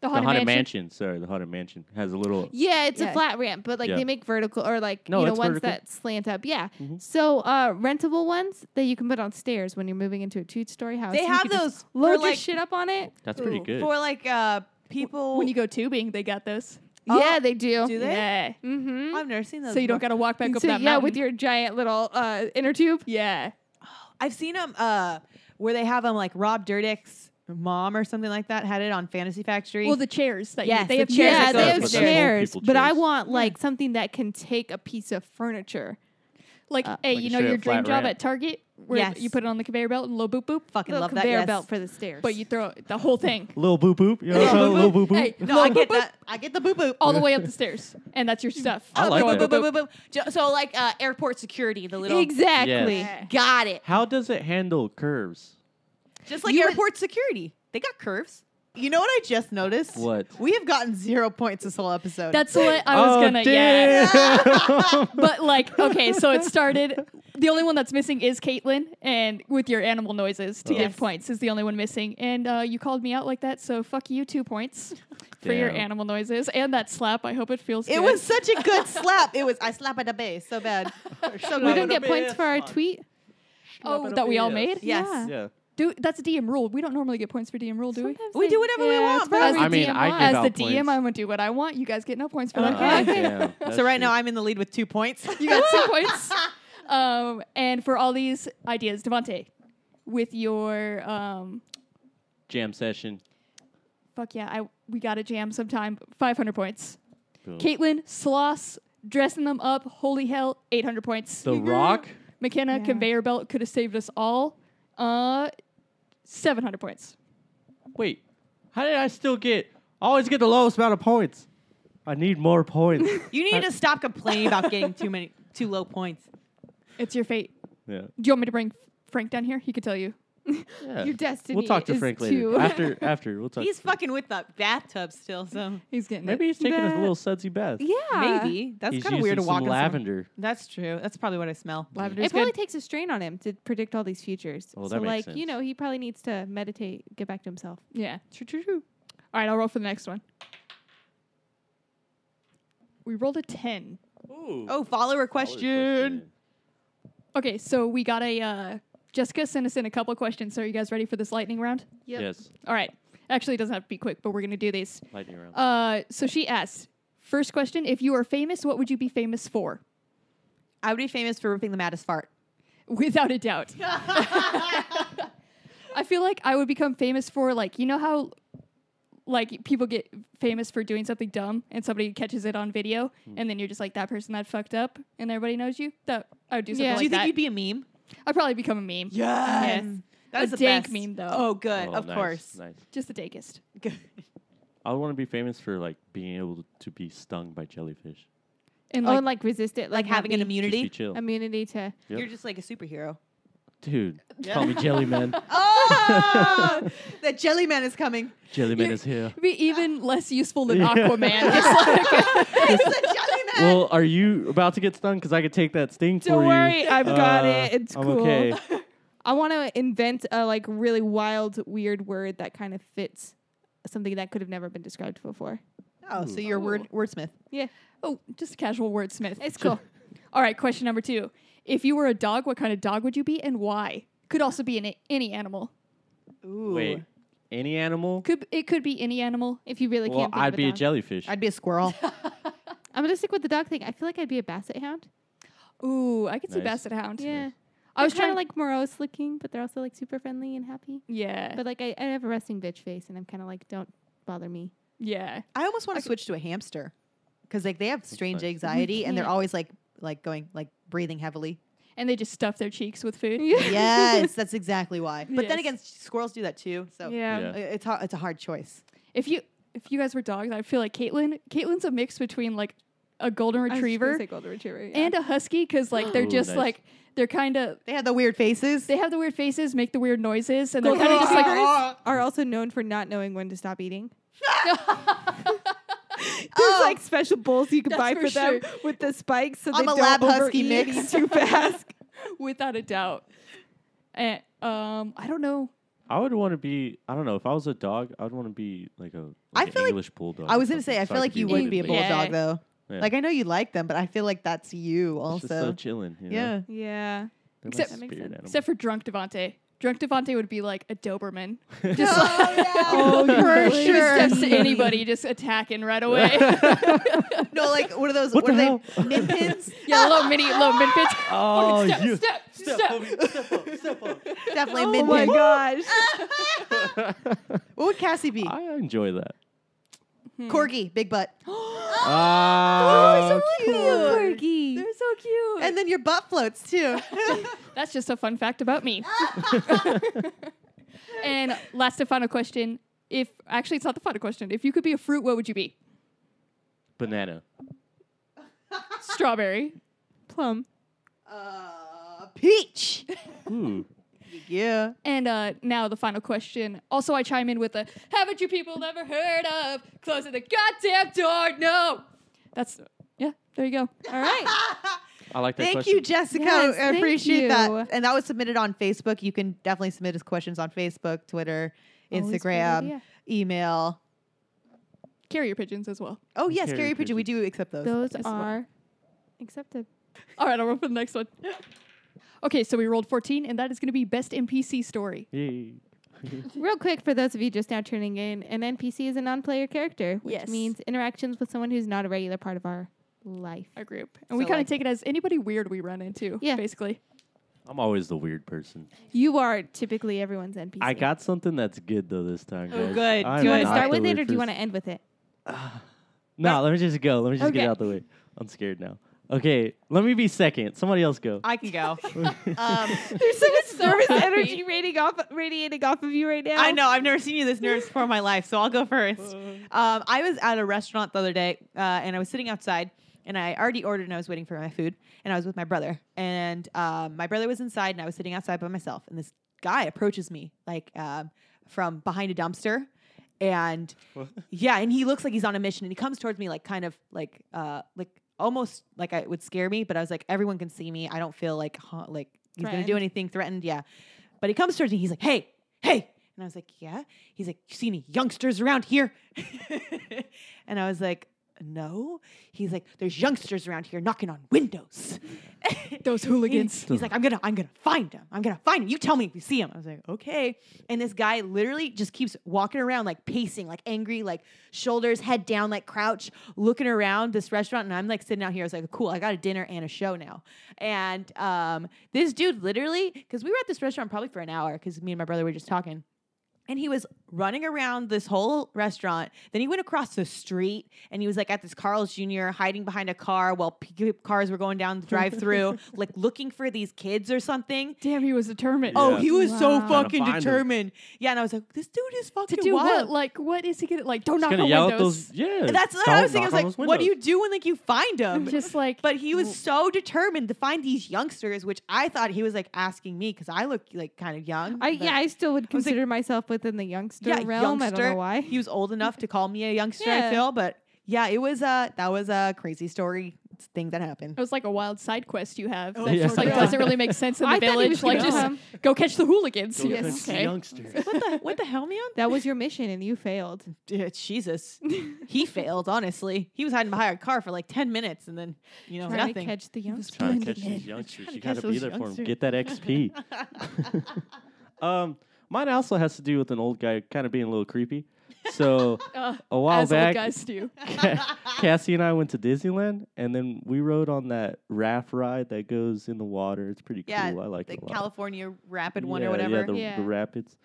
the the haunted, haunted mansion. mansion. Sorry, the haunted mansion has a little. Yeah, it's Yeah. a flat ramp, but like Yeah. they make vertical or like No, you know it's ones vertical. Mm-hmm. that slant up. Yeah. So uh rentable ones that you can put on stairs when you're moving into a two-story house. They You have can just those for, Load your like- shit up on it. That's pretty Ooh, good. For like uh people When you go tubing, they got this. Oh, yeah, they do. do they? Yeah. Mm-hmm. I've never seen those. So you don't before. got to walk back up So, that yeah, mountain. with your giant little uh inner tube. yeah. I've seen them uh where they have them like Rob Dyrdek's mom or something like that had it on Fantasy Factory. Well, the chairs that you- Yes, they the have chairs chairs. yeah, that go they up have with their old chairs, people but I chairs. want like something that can take a piece of furniture. Like, Uh, hey, Like you a know straight your up dream flat job ramp. at Target, where Yes. you put it on the conveyor belt and low boop boop, fucking Little love that. conveyor yes. belt for the stairs. but you throw it the whole thing little boop boop. You know what I'm saying? Little boop boop. Hey, No, I get that. I get the Oh, boo boo. all the way up the stairs, and that's your stuff. I like Going that. boop, boop, boop. So like uh, airport security, the little exactly. Yes. Got it. How does it handle curves? Just like You would- airport security. They got curves. You know what I just noticed? What? We have gotten zero points this whole episode. That's what I was oh, gonna. Yeah. damn. But like, okay, so it started. The only one that's missing is Caitlin, and with your animal noises to Yes. give points is the only one missing. And uh, you called me out like that, so fuck you, two points for your Damn. animal noises and that slap. I hope it feels. it good. was such a good slap. It was I slap at the base so bad. So We don't get points for our tweet. oh that we all made. Yes. Yeah. Yeah. Do that's a DM rule. We don't normally get points for DM rule, do we? Sometimes We they- do whatever we Yeah, want, it's bro. probably I mean, I DM. give As out the DM, points. I'm gonna do what I want. You guys get no points for that. Uh, Okay. damn, that's So right now shit. I'm in the lead with two points. You got two points. Um, and for all these ideas, Devante, with your um, jam session. fuck yeah, I we got to jam sometime. Five hundred points. Boom. Caitlin Sloss dressing them up. Holy hell, eight hundred points. The Rock. McKenna Yeah. conveyor belt could have saved us all. Uh, seven hundred points. Wait, how did I still get? I always get the lowest amount of points. I need more points. You need to stop complaining about getting too many too low points. It's your fate. yeah. Do you want me to bring Frank down here? He could tell you. yeah. Your destiny. We'll talk to is Frank to- later. After, after we'll talk. He's to fucking with the bathtub still, so He's getting Maybe it. he's taking Nah. a little sudsy bath. Yeah. maybe that's he's kind using of weird to some walk in someone- lavender. That's true. That's probably what I smell. Lavender's It probably good. takes a strain on him to predict all these futures. Well, so, that like, makes you sense. know, he probably needs to meditate, get back to himself. Yeah. True, true, true. All right, I'll roll for the next one. We rolled a 10. Ooh. Oh, follower question. Okay, so we got a. Uh, Jessica sent us in a couple of questions. So are you guys ready for this lightning round? Yes, All right. Actually, it doesn't have to be quick, but we're going to do these. lightning round. Uh, so she asked First question If you were famous, what would you be famous for? I would be famous for ripping the maddest fart. Without a doubt. I feel like I would become famous for like you know how like people get famous for doing something dumb and somebody catches it on video Hmm. and then you're just like that person that fucked up and everybody knows you. That I would do something Yeah. like Do you think that. you'd be a meme? I'd probably become a meme. Yes. That A is the dank best. meme, though. Oh, good. Oh, of nice, course. Nice. Just the dankest. Good. I want to be famous for like being able to be stung by jellyfish. And oh, like, and, like, resist it. Like, Like having an having Just be immunity. chill, immunity to. Yep. You're just like a superhero. dude. Yeah. Call me Jellyman. Oh, the jelly man is coming. Jellyman is here. be even less useful than Yeah. Aquaman. It's like It's the jelly man. Well, are you about to get stung? Because I could take that sting for Don't you. worry, I've got Uh, it. It's I'm cool. okay. I want to invent a like really wild, weird word that kind of fits something that could have never been described before. oh, so you're a word wordsmith. Yeah, oh, just a casual wordsmith. it's cool. All right, question number two. If you were a dog, what kind of dog would you be and why? Could also be an, any animal. Ooh. Wait, any animal? Could it could be any animal? if you really Well, can't. Think I'd of be a dog. jellyfish. I'd be a squirrel. I'm gonna stick with the dog thing. I feel like I'd be a basset hound. Ooh, I could see Nice. basset hound. Yeah, I was kind trying of to like like morose looking, but they're also like super friendly and happy. yeah, But like I, I have a resting bitch face, and I'm kind of like, don't bother me. yeah. I almost want to switch to a hamster because like they have strange nice. anxiety and they're can't. always like like going like breathing heavily. And they just stuff their cheeks with food. yes, that's exactly why. But then Yes. again, squirrels do that too. So Yeah. Yeah. i- it's hard, it's a hard choice. If you if you guys were dogs, I feel like Caitlin Caitlin's a mix between like a golden retriever golden retriever, and a husky because like they're Ooh, just nice. like they're kind of They have the weird faces. they have the weird faces, make the weird noises, and they're kind of just like like are also known for not knowing when to stop eating. There's Oh. like special bowls you can That's buy for for them with the spikes, so I'm they a don't lab husky overeat and mix. eat too fast. without a doubt. And um, I don't know. I would want to be. I don't know. If I was a dog, I'd want to be like a. Like I an feel like- English bulldog. I or was gonna something, say I so feel could like you with would be a it. Yeah. bulldog though. Yeah. Like I know you like them, but I feel like that's you It's just so also. chilling. you know? Yeah. Yeah. They're my Except- That spirit makes sense. animal. Except for drunk Devante. Drunk Devante would be like a Doberman. Just oh, yeah. for He sure. just steps to anybody, just attacking right away. No, like one of those. What What, the are they? Min pins? yeah, low mini, low mid pitch. Oh, step, you- step, step, step up, step up. Definitely Oh min my pins. gosh. What would Cassie be? I enjoy that. Corgi, big butt. Oh, Corgi. They're so cute. and then your butt floats too. That's just a fun fact about me. and last and final question. If actually it's not the final question. If you could be a fruit, what would you be? banana. Strawberry. Plum. uh, peach. Ooh, Yeah. And uh, now the final question. Also, I chime in with a "Haven't you people never heard of closing the goddamn door?" No, that's yeah. There you go. All right. I like that Thank question. you, Jessica. Yes, I thank appreciate you. that. And that was submitted on Facebook. You can definitely submit us questions on Facebook, Twitter, Always a good Instagram, idea. email. Carrier pigeons as well. Oh yes, Carrier Carrie Pigeon. We do accept those. Those That's what- are accepted. All right, I'll roll for the next one. Okay, so we rolled 14, and that is going to be best NPC story. Yay. Real quick, for those of you just now tuning in, an NPC is a non-player character, which Yes. means interactions with someone who's not a regular part of our life. Our group, and we So, kind of like- take it as anybody weird we run into. Yeah. basically. I'm always the weird person. You are typically everyone's NPC. I got something that's good though this time. Oh, Guys. good. I'm Do you want to not start the with it, weird or do you want person. to end with it? No, let me just go. Let me just Okay. get out the way. I'm scared now. Okay, let me be second. Somebody else go. I can go. um, There's so much nervous happy. energy radiating off, radiating off of you right now. I know. I've never seen you this nervous before in my life, so I'll go first. Um, I was at a restaurant the other day, uh, and I was sitting outside, and I already ordered, and I was waiting for my food, and I was with my brother, and um, my brother was inside, and I was sitting outside by myself, and this guy approaches me like um, from behind a dumpster, and yeah, and he looks like he's on a mission, and he comes towards me like kind of like uh, like almost like I, it would scare me, but I was like, everyone can see me. I don't feel like huh, like he's gonna do Threatened. anything threatened. Yeah, but he comes towards me. He's like, hey, hey. And I was like, yeah. He's like, you see any youngsters around here? and I was like, no. He's like, there's youngsters around here knocking on windows. Those hooligans. He's like, I'm gonna, I'm gonna find him. I'm gonna find him. You tell me if you see him. I was like, okay. And this guy literally just keeps walking around, like pacing, like angry, like shoulders head down, like crouch, looking around this restaurant. And I'm like sitting out here. I was like, cool. I got a dinner and a show now. And um, this dude literally, because we were at this restaurant probably for an hour, because me and my brother were just talking. And he was running around this whole restaurant. Then he went across the street and he was like at this Carl's Jr. hiding behind a car while p- cars were going down the drive through, like looking for these kids or something. Damn, he was determined. Oh, he was so Wow. Trying to fucking find 'em. determined. Yeah, and I was like, this dude is to fucking do wild. what? Like, what is he gonna like? Don't Just knock gonna on yell windows. at those. Yeah. And that's what I don't was thinking. I knock on was those like, what do you windows. do when like you find him? I'm just like, But he was so determined to find these youngsters, which I thought he was like asking me because I look like kind of young. I but- yeah, I still would consider myself within the youngster realm. I don't know why. He was old enough to call me a youngster, Yeah. I feel, but yeah, it was uh that was a crazy story thing that happened. It was like a wild side quest you Oh, have. That yeah. just like Yeah. doesn't really make sense in the I thought he village. was Like gonna just come. go catch the hooligans. Don't Yes. touch the Okay. What youngsters. the what the hell, man? That was your mission, and you failed. Yeah, uh, Jesus. he failed, honestly. He was hiding behind a car for like 10 minutes and then, you know, Trying to nothing. catch the youngster. Trying Blending to catch these in. youngsters. Trying You to catch got to be those there for them. youngsters. Get that XP. um, mine also has to do with an old guy kind of being a little creepy. So Uh, a while as old back, guys do. Ca- Cassie and I went to Disneyland, and then we rode on that raft ride that goes in the water. It's pretty yeah, cool. I like the it a lot. California Rapid one yeah, or whatever. Yeah, the, Yeah. the rapids.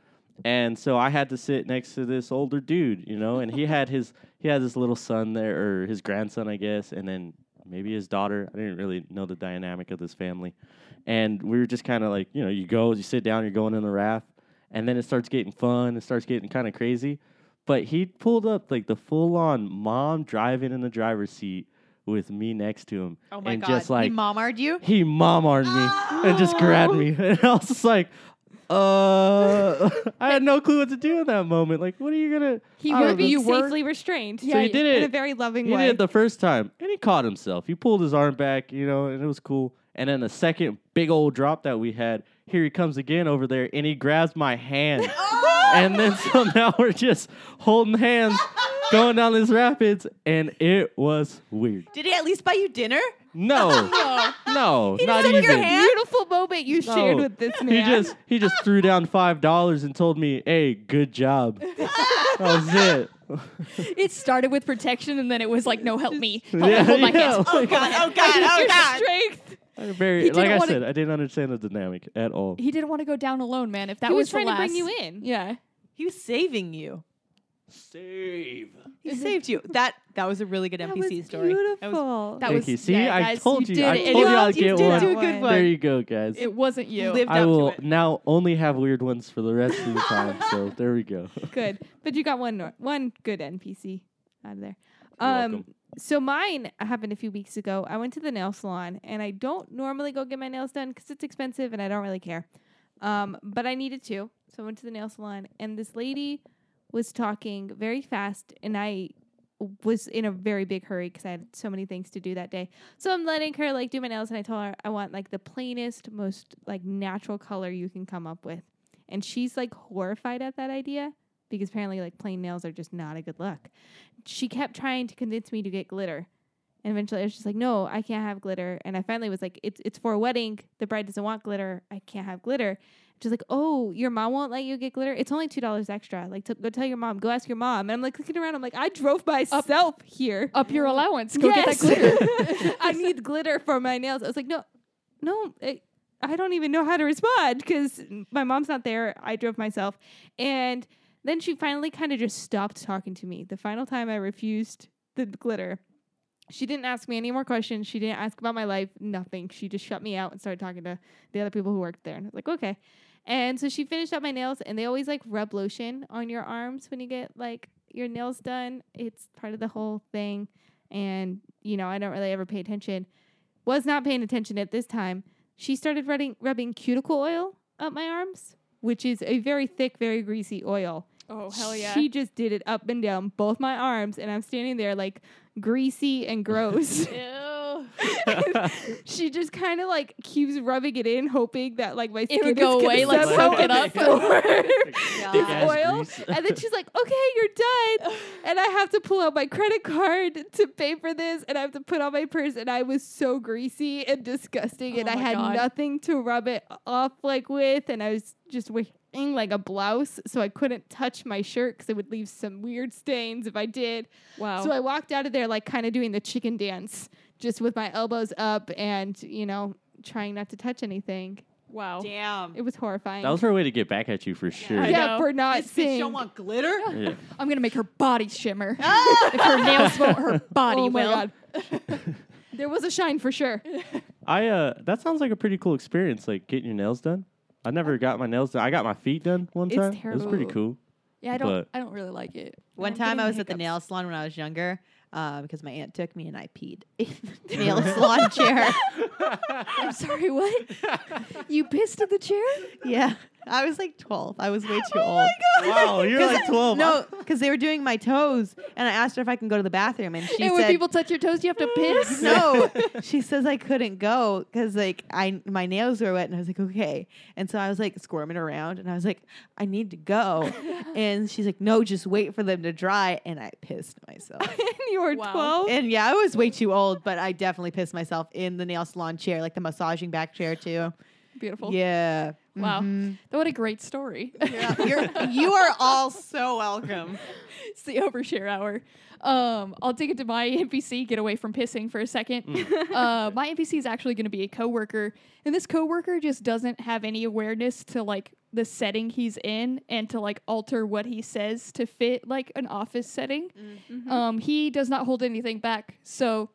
And so I had to sit next to this older dude, you know, and he had his he had his little son there or his grandson, I guess, and then maybe his daughter. I didn't really know the dynamic of this family. And we were just kind of like, you know, you go, you sit down, you're going in the raft, and then it starts getting fun, it starts getting kind of crazy. But he pulled up like the full on mom driving in the driver's seat with me next to him. oh my and god. just like he mommar'd you? he mom armed me and just grabbed me. Oh. And I was just like, uh, I had no clue what to do in that moment. Like, what are you gonna? He I don't would be know. safely restrained. Oh, So he did in a it. very loving He way. did it the first time, and he caught himself. He pulled his arm back, you know, and it was cool. And then the second big old drop that we had, here he comes again over there, and he grabs my hand. Oh. and then so now we're just holding hands, going down these rapids, and it was weird. Did he at least buy you dinner? No, No. no, not took your even. hand? Beautiful moment you shared No. with this man. He Oh. just he just threw down five dollars and told me, "Hey, good job." that was it. It started with protection, and then it was like, no, help me, help me, Yeah, hold my yeah, hand. Oh like, god, oh god, oh your god. strength. I very- He didn't like I wanna- said, I didn't understand the dynamic at all. He didn't want to go down alone, man. If that he was, was, trying the to last, bring you in. Yeah, He was saving you. Save. He saved you. That that was a really good That was NPC story. That was- beautiful. that Thank was. you. See, yeah, I guys, told you. did I it, and told you you I'd you get did one. do a good There one. There you go, guys. It wasn't you. Lived I up to will it. now only have weird ones for the rest of the time. So there we go. good. But you got one nor- one good NPC out of there. You're um welcome. so mine happened a few weeks ago. I went to the nail salon and I don't normally go get my nails done cuz it's expensive and I don't really care. Um, but I needed to, so I went to the nail salon, and this lady was talking very fast, and I was in a very big hurry because I had so many things to do that day. So I'm letting her like do my nails, and I told her I want like the plainest, most like natural color you can come up with, and she's like horrified at that idea because apparently like plain nails are just not a good look. She kept trying to convince me to get glitter. And eventually I was just like, no, I can't have glitter. And I finally was like, it's it's for a wedding. The bride doesn't want glitter. I can't have glitter. She's like, oh, your mom won't let you get glitter. It's only two dollars extra. Like, t- go tell your mom. Go ask your mom. And I'm like looking around. I'm like, I drove myself here. Up your allowance. Go get that glitter. glitter. I need glitter for my nails. I was like, no, no, I, I don't even know how to respond because my mom's not there. I drove myself. And then she finally kind of just stopped talking to me. The final time I refused the glitter, she didn't ask me any more questions. She didn't ask about my life, nothing. She just shut me out and started talking to the other people who worked there. And I was like, okay. And so she finished up my nails, and they always like rub lotion on your arms when you get like your nails done. It's part of the whole thing. And, you know, I don't really ever pay attention. Was not paying attention at this time. She started rubbing, rubbing cuticle oil up my arms, which is a very thick, very greasy oil. oh hell yeah. She just did it up and down both my arms, and I'm standing there like greasy and gross. Ew. she just kind of like keeps rubbing it in, hoping that like my skin It'll go away, like, soak it up. This Yeah. oil, and then she's like, "Okay, you're done," and I have to pull out my credit card to pay for this, and I have to put on my purse, and I was so greasy and disgusting, and Oh I my had God. nothing to rub it off like with, and I was just wearing like a blouse, so I couldn't touch my shirt because it would leave some weird stains if I did. Wow. So I walked out of there like kind of doing the chicken dance, just with my elbows up and, you know, trying not to touch anything. wow. Damn. It was horrifying. That was her way to get back at you for sure. I yeah, know. for not This bitch seeing. don't want glitter. Ah! Yeah. I'm gonna make her body shimmer. if her nails won't, her body oh my will. god. there was a shine for sure. I uh, that sounds like a pretty cool experience. Like getting your nails done. I never got my nails done. I got my feet done one It's time. It was pretty terrible. cool. Yeah, I don't. But- I don't really like it. One I'm time getting I was at the hiccups. nail salon when I was younger uh, because my aunt took me and I peed in the nail salon chair. I'm sorry. What? you pissed at the chair? Yeah. I was like 12. I was way too old. Wow, you're like twelve. No, because they were doing my toes, and I asked her if I can go to the bathroom, and she and when said, people touch your toes, you have to piss. "No." she says I couldn't go because like I my nails were wet, and I was like, "Okay." And so I was like squirming around, and I was like, "I need to go," and she's like, "No, just wait for them to dry," and I pissed myself. you were Wow. 12. And yeah, I was way too old, but I definitely pissed myself in the nail salon chair, like the massaging back chair too. Beautiful. Yeah. Wow. Mm-hmm. Mhm. What a great story. Yeah, You're, you are all so welcome. it's the overshare hour. Um, I'll take it to my NPC, get away from pissing for a second. uh, my NPC is actually going to be a coworker, and this coworker just doesn't have any awareness to like the setting he's in and to like alter what he says to fit like an office setting. Um, he does not hold anything back. So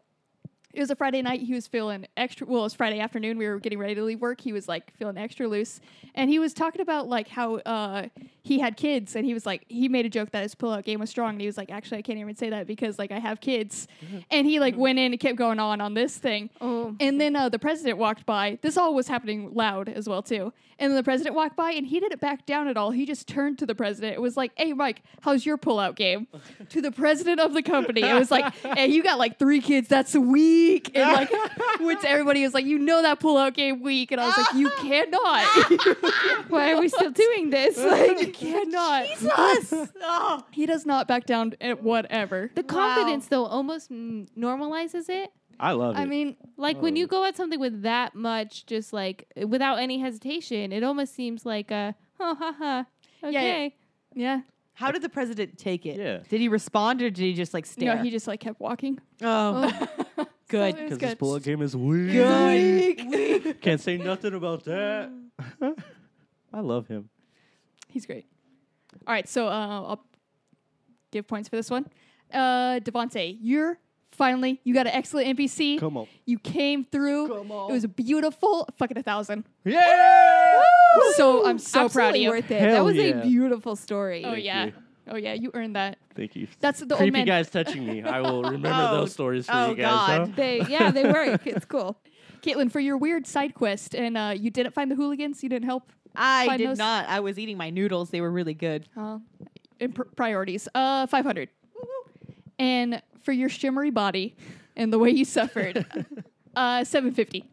it was a Friday night. He was feeling extra. Well, it was Friday afternoon. We were getting ready to leave work. He was like feeling extra loose, and he was talking about like how uh, he had kids, and he was like he made a joke that his pullout game was strong, and he was like, actually, I can't even say that because like I have kids, and he like went in and kept going on on this thing, Oh. and then uh, the president walked by. This all was happening loud as well too. And then the president walked by, and he didn't back down at all. He just turned to the president. It was like, "Hey, Mike, how's your pullout game?" to the president of the company. It was like, "Hey, you got like three kids. That's weak." And like, which everybody was like, "You know that pullout game weak." And I was like, "You cannot. Why are we still doing this? Like you cannot." Jesus. Oh. He does not back down at whatever. the confidence though almost n- normalizes it. I love it. I mean, Like when Oh. you go at something with that much just like without any hesitation, it almost seems like a ha ha ha. Okay. yeah. yeah. How did the president take it? Yeah. Did he respond or did he just like stare? No, he just like kept walking. oh, So good. it was because good. this bullet game is weak. Can't say nothing about that. I love him. He's great. All right, so uh, I'll give points for this one. Uh, Devonte, you're finally you got an excellent NPC. Come on. You came through. Come on. It was beautiful. Fucking a thousand. Yeah. So I'm so proud of Absolutely you. worth it. that Hell was yeah. a beautiful story. Oh Thank yeah. you. Oh yeah. You earned that. Thank you. That's the Creepy old man. guys touching me. I will remember Oh. those stories for Oh, you guys. God. huh? They yeah, they work. It's cool. Caitlin, for your weird side quest, and uh, you didn't find the hooligans. You didn't help. I Find did those- not. I was eating my noodles. They were really good. Oh. Uh, in pr- priorities. Uh, 500. And for your shimmery body and the way you suffered, uh, 750.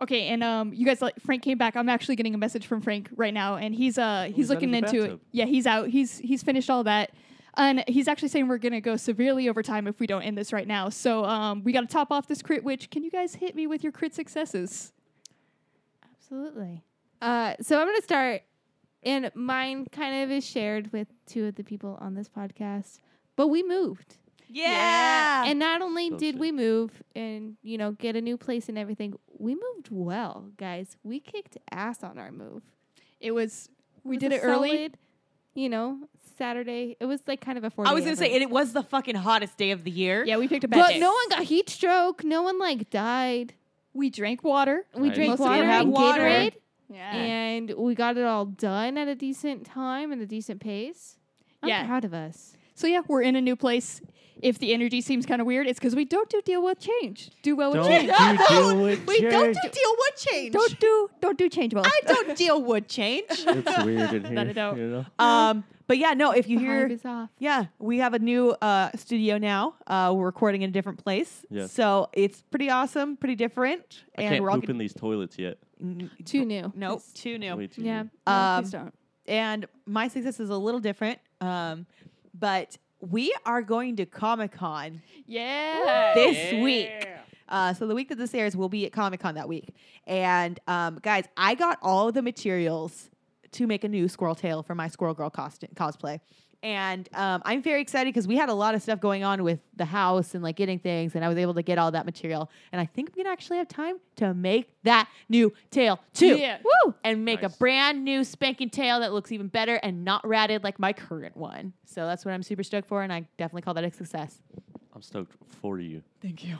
Okay, and um, you guys like Frank came back. I'm actually getting a message from Frank right now, and he's uh Oh, he's, he's out of looking the into it. bathtub. Yeah, he's out. He's he's finished all that, and he's actually saying we're gonna go severely over time if we don't end this right now. So um, we got to top off this crit. Which can you guys hit me with your crit successes? Absolutely. Uh, so I'm going to start, and mine kind of is shared with two of the people on this podcast. But we moved, Yeah. and not only So did sick. we move and you know get a new place and everything, we moved well, guys. We kicked ass on our move. It was we It did was it a early. solid, you know, Saturday. It was like kind of a four. I was gonna say, and it was the fucking hottest day of the year. Yeah, we picked a bad but day. no one got heat stroke. No one like died. we drank water. We Nice. drank Most of you water had and water. Gatorade, Yeah. and we got it all done at a decent time and a decent pace. I'm Yeah. proud of us. So yeah, we're in a new place. If the energy seems kind of weird, it's because we don't do deal with change. Do well with Don't change. do deal with We don't change. do deal wood change. Don't do don't do change well. I don't deal wood change. It's weird in here. That I don't. You know? um, but yeah, no. If you The hype hear, is off. yeah, we have a new uh, studio now. Uh, we're recording in a different place. Yes. So it's pretty awesome, pretty different, I and can't we're all. poop in these toilets yet. N- Too new. nope, too new. Way too Yeah. new. No, Um, please don't. and my success is a little different. Um, but we are going to Comic Con Yeah. this week. Uh, so the week that this airs, we'll be at Comic Con that week. And um, guys, I got all of the materials to make a new Squirrel Tail for my Squirrel Girl costume cosplay. And um, I'm very excited because we had a lot of stuff going on with the house and like getting things, and I was able to get all that material. And I think we can actually have time to make that new tail too. Yeah. Woo! And make Nice. a brand new spanking tail that looks even better and not ratted like my current one. So that's what I'm super stoked for, and I definitely call that a success. I'm stoked for you. Thank you.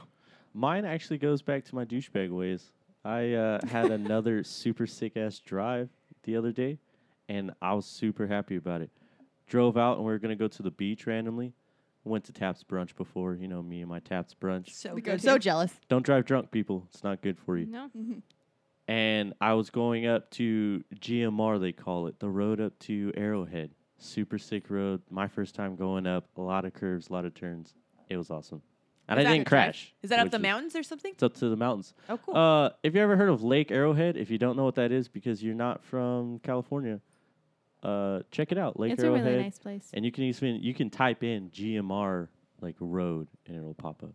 Mine actually goes back to my douchebag ways. I uh, had another super sick ass drive the other day, and I was super happy about it. Drove out, and we were gonna go to the beach randomly. Went to Taps brunch before, you know me and my Taps brunch. So The good. go-to. So jealous. Don't drive drunk, people. It's not good for you. No. and I was going up to GMR, they call it, the road up to Arrowhead. Super sick road. My first time going up, a lot of curves, a lot of turns. It was awesome. And Is I that didn't a drive? crash. Is that up which the mountains or something? It's up to the mountains. Oh, cool. Uh, if you ever heard of Lake Arrowhead, if you don't know what that is because you're not from California, uh, check it out. Lake It's a Arrowhead. really nice place. And you can even you can type in GMR like road and it'll pop up.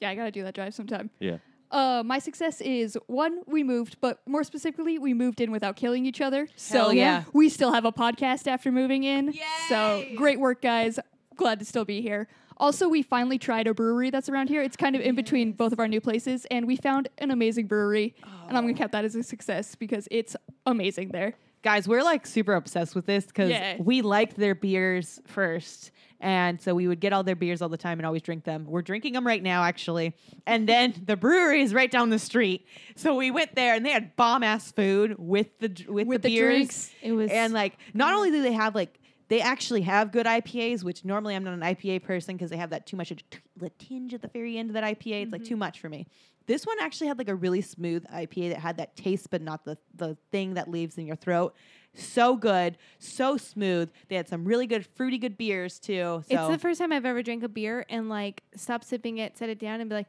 Yeah, I gotta do that drive sometime. Yeah. Uh, my success is one, we moved, but more specifically, we moved in without killing each other. So Hell yeah. we still have a podcast after moving in. So Yay! great work, guys. Glad to still be here. Also, we finally tried a brewery that's around here. It's kind of in between both of our new places, and we found an amazing brewery. And I'm Oh. gonna count that as a success because it's amazing there. Guys, we're like super obsessed with this because Yeah. we liked their beers first. And so we would get all their beers all the time and always drink them. We're drinking them right now, actually. And then the brewery is right down the street. So we went there and they had bomb ass food with the dr- with, With the, the beers. drinks. It was- and like not only do they have like they actually have good IPAs, which normally I'm not an IPA person because they have that too much of t- the tinge at the very end of that IPA. It's like too much for me. This one actually had like a really smooth IPA that had that taste, but not the the thing that leaves in your throat. So good, so smooth. They had some really good fruity good beers too. So It's the first time I've ever drank a beer and like stopped sipping it, set it down, and be like,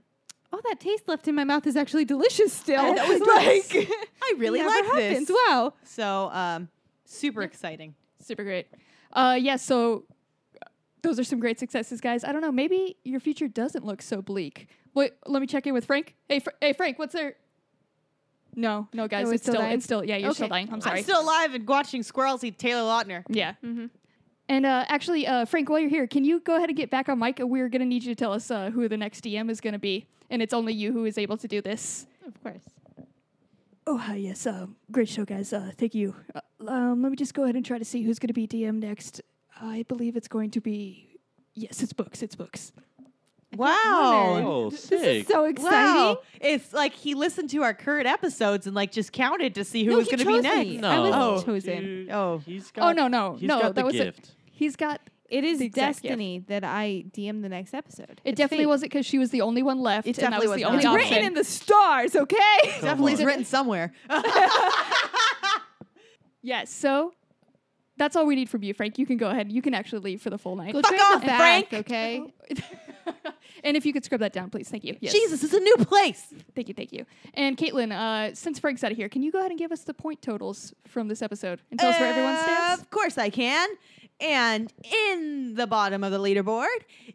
"Oh, that taste left in my mouth is actually delicious still." Oh, that was nice. like, I really never like happens. this. Wow. So um, super exciting. Super great. Uh, yeah, so uh, those are some great successes, guys. I don't know. Maybe your future doesn't look so bleak. Wait, let me check in with Frank. Hey, Fr- hey, Frank, what's there? No, no, guys, we're it's still still, dying? it's still, yeah, you're still Okay. dying. I'm sorry. I'm still alive and watching squirrels eat Taylor Lautner. yeah. Mm-hmm. And uh, actually, uh, Frank, while you're here, can you go ahead and get back on mic? We're gonna need you to tell us uh, who the next DM is gonna be, and it's only you who is able to do this. Of course. Oh hi, yes, um, great show, guys. Uh, thank you. Uh, um, let me just go ahead and try to see who's going to be DM next. I believe it's going to be yes, it's books, it's books. Wow. Oh, sick. So exciting. Wow. It's like he listened to our current episodes and like just counted to see who No, was he going to be chose next. me. no. I was Oh, chosen. dude. Oh. He's Oh got no, no, He's no, got that the was a- gift. he's got. It is The exact gift. destiny that I DM the next episode. It It's definitely fate. wasn't because she was the only one left, It and that definitely was the was only not. It's option. written in the stars, okay? Come Definitely on. is written somewhere. Yes. So that's all we need from you, Frank. You can go ahead. You can actually leave for the full night. Go Fuck drink the off, back, Frank. Okay. and if you could scrub that down, please. Thank you. Yes. Jesus, it's a new place. Thank you. Thank you. And Caitlin, uh, since Frank's out of here, can you go ahead and give us the point totals from this episode and tell us where Uh, everyone stands? Of course I can. And in the bottom of the leaderboard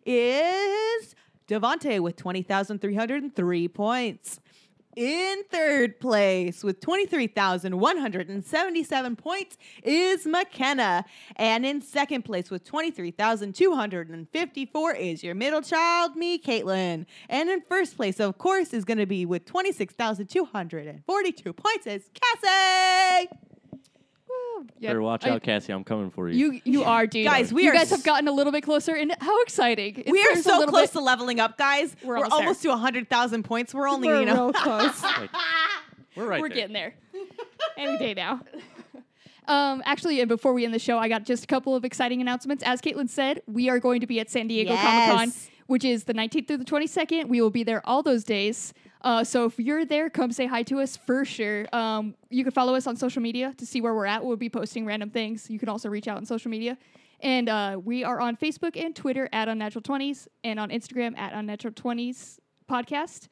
is Devontae with 20,303 points. In third place with 23,177 points is McKenna. And in second place with 23,254 is your middle child, me, Caitlin. And in first place, of course, is going to be with 26,242 points is Cassie. Yeah. Better watch I- out, Cassie. I'm coming for you. You you are, dude. Guys, we you are guys s- have gotten a little bit closer, and how exciting! It's- we are there's a so little close bit- to leveling up, guys. We're We're, almost almost, there. to 100,000 points. We're only, We're you know. real close. We're right We're there. getting there. Any day now. Um, actually, and before we end the show, I got just a couple of exciting announcements. As Caitlin said, we are going to be at San Diego Comic Con, Yes. which is the 19th through the 22nd. We will be there all those days. Uh, so if you're there, come say hi to us for sure. Um, you can follow us on social media to see where we're at. We'll be posting random things. You can also reach out on social media. And uh, we are on Facebook and Twitter at Unnatural 20s and on Instagram at Unnatural 20s podcast.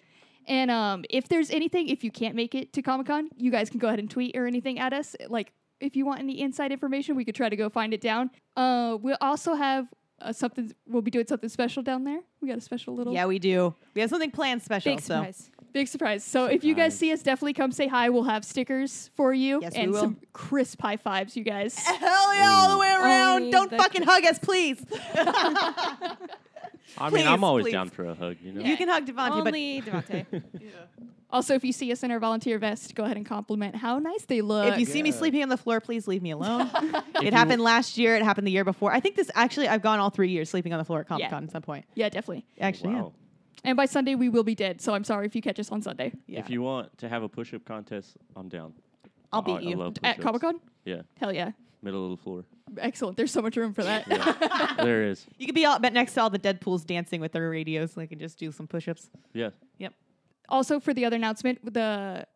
And um, if there's anything, if you can't make it to Comic Con, you guys can go ahead and tweet or anything at us. Like, if you want any inside information, we could try to go find it down. Uh, we'll also have uh, something. We'll be doing something special down there. We got a special little Yeah, we do. We have something planned special. Big so. surprise. big surprise. So if you guys Nice. see us, definitely come say hi. We'll have stickers for you Yes, we and will. some crisp high fives, you guys. Hell yeah, all the way Only around. Don't the- fucking hug us, please. I mean, I'm Please, always please. down for a hug. You know. You can hug Devontae, but Only Devontae. also, if you see us in our volunteer vest, go ahead and compliment how nice they look. if you see me Yeah. sleeping on the floor, please leave me alone. If you- it happened last year. It happened the year before. I think this actually, I've gone all three years sleeping on the floor at Comic Con at some point. yeah, definitely. Actually, Wow. And by Sunday, we will be dead. So I'm sorry if you catch us on Sunday yeah. If you want to have a push-up contest, I'm down. I'll I- beat I you. love at push-ups. Comic Con. Yeah, Hell yeah. middle of the floor. Excellent. There's so much room for that. Yeah. there is. You could be all, but next to all the Deadpools dancing with their radios, like, and just do some push ups. Yeah. also, for the other announcement, the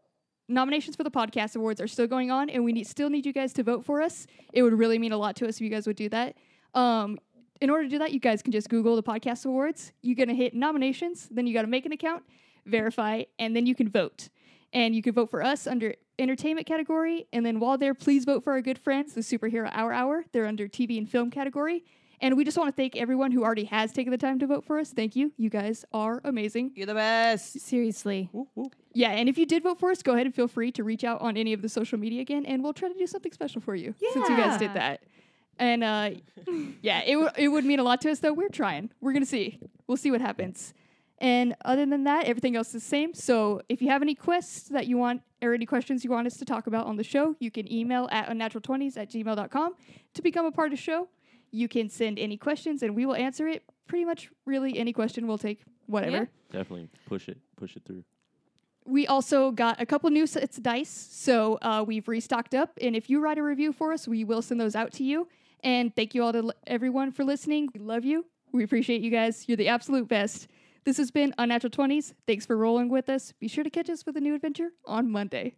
nominations for the podcast awards are still going on, and we need, still need you guys to vote for us. It would really mean a lot to us if you guys would do that. Um, in order to do that, you guys can just Google the podcast awards. You're going to hit nominations, then you got to make an account, verify, and then you can vote. And you can vote for us under entertainment category. And then while there, please vote for our good friends, the Superhero Hour Hour. They're under TV and film category. And we just want to thank everyone who already has taken the time to vote for us. Thank you. You guys are amazing. You're the best. Seriously. Yeah, and if you did vote for us, go ahead and feel free to reach out on any of the social media again, and we'll try to do something special for you since you guys did Yeah. that. And uh, yeah, it, w- it would mean a lot to us, though. We're trying. We're going to see. We'll see what happens. And other than that, everything else is the same. So if you have any quests that you want or any questions you want us to talk about on the show, you can email at unnatural20s at gmail.com to become a part of the show. You can send any questions, and we will answer it. Pretty much, really, any question we'll take, whatever. Yeah. Definitely push it. Push it through. We also got a couple new sets of dice, so uh, we've restocked up. And if you write a review for us, we will send those out to you. And thank you all to l- everyone for listening. We love you. We appreciate you guys. You're the absolute best. This has been Unnatural 20s. Thanks for rolling with us. Be sure to catch us with a new adventure on Monday.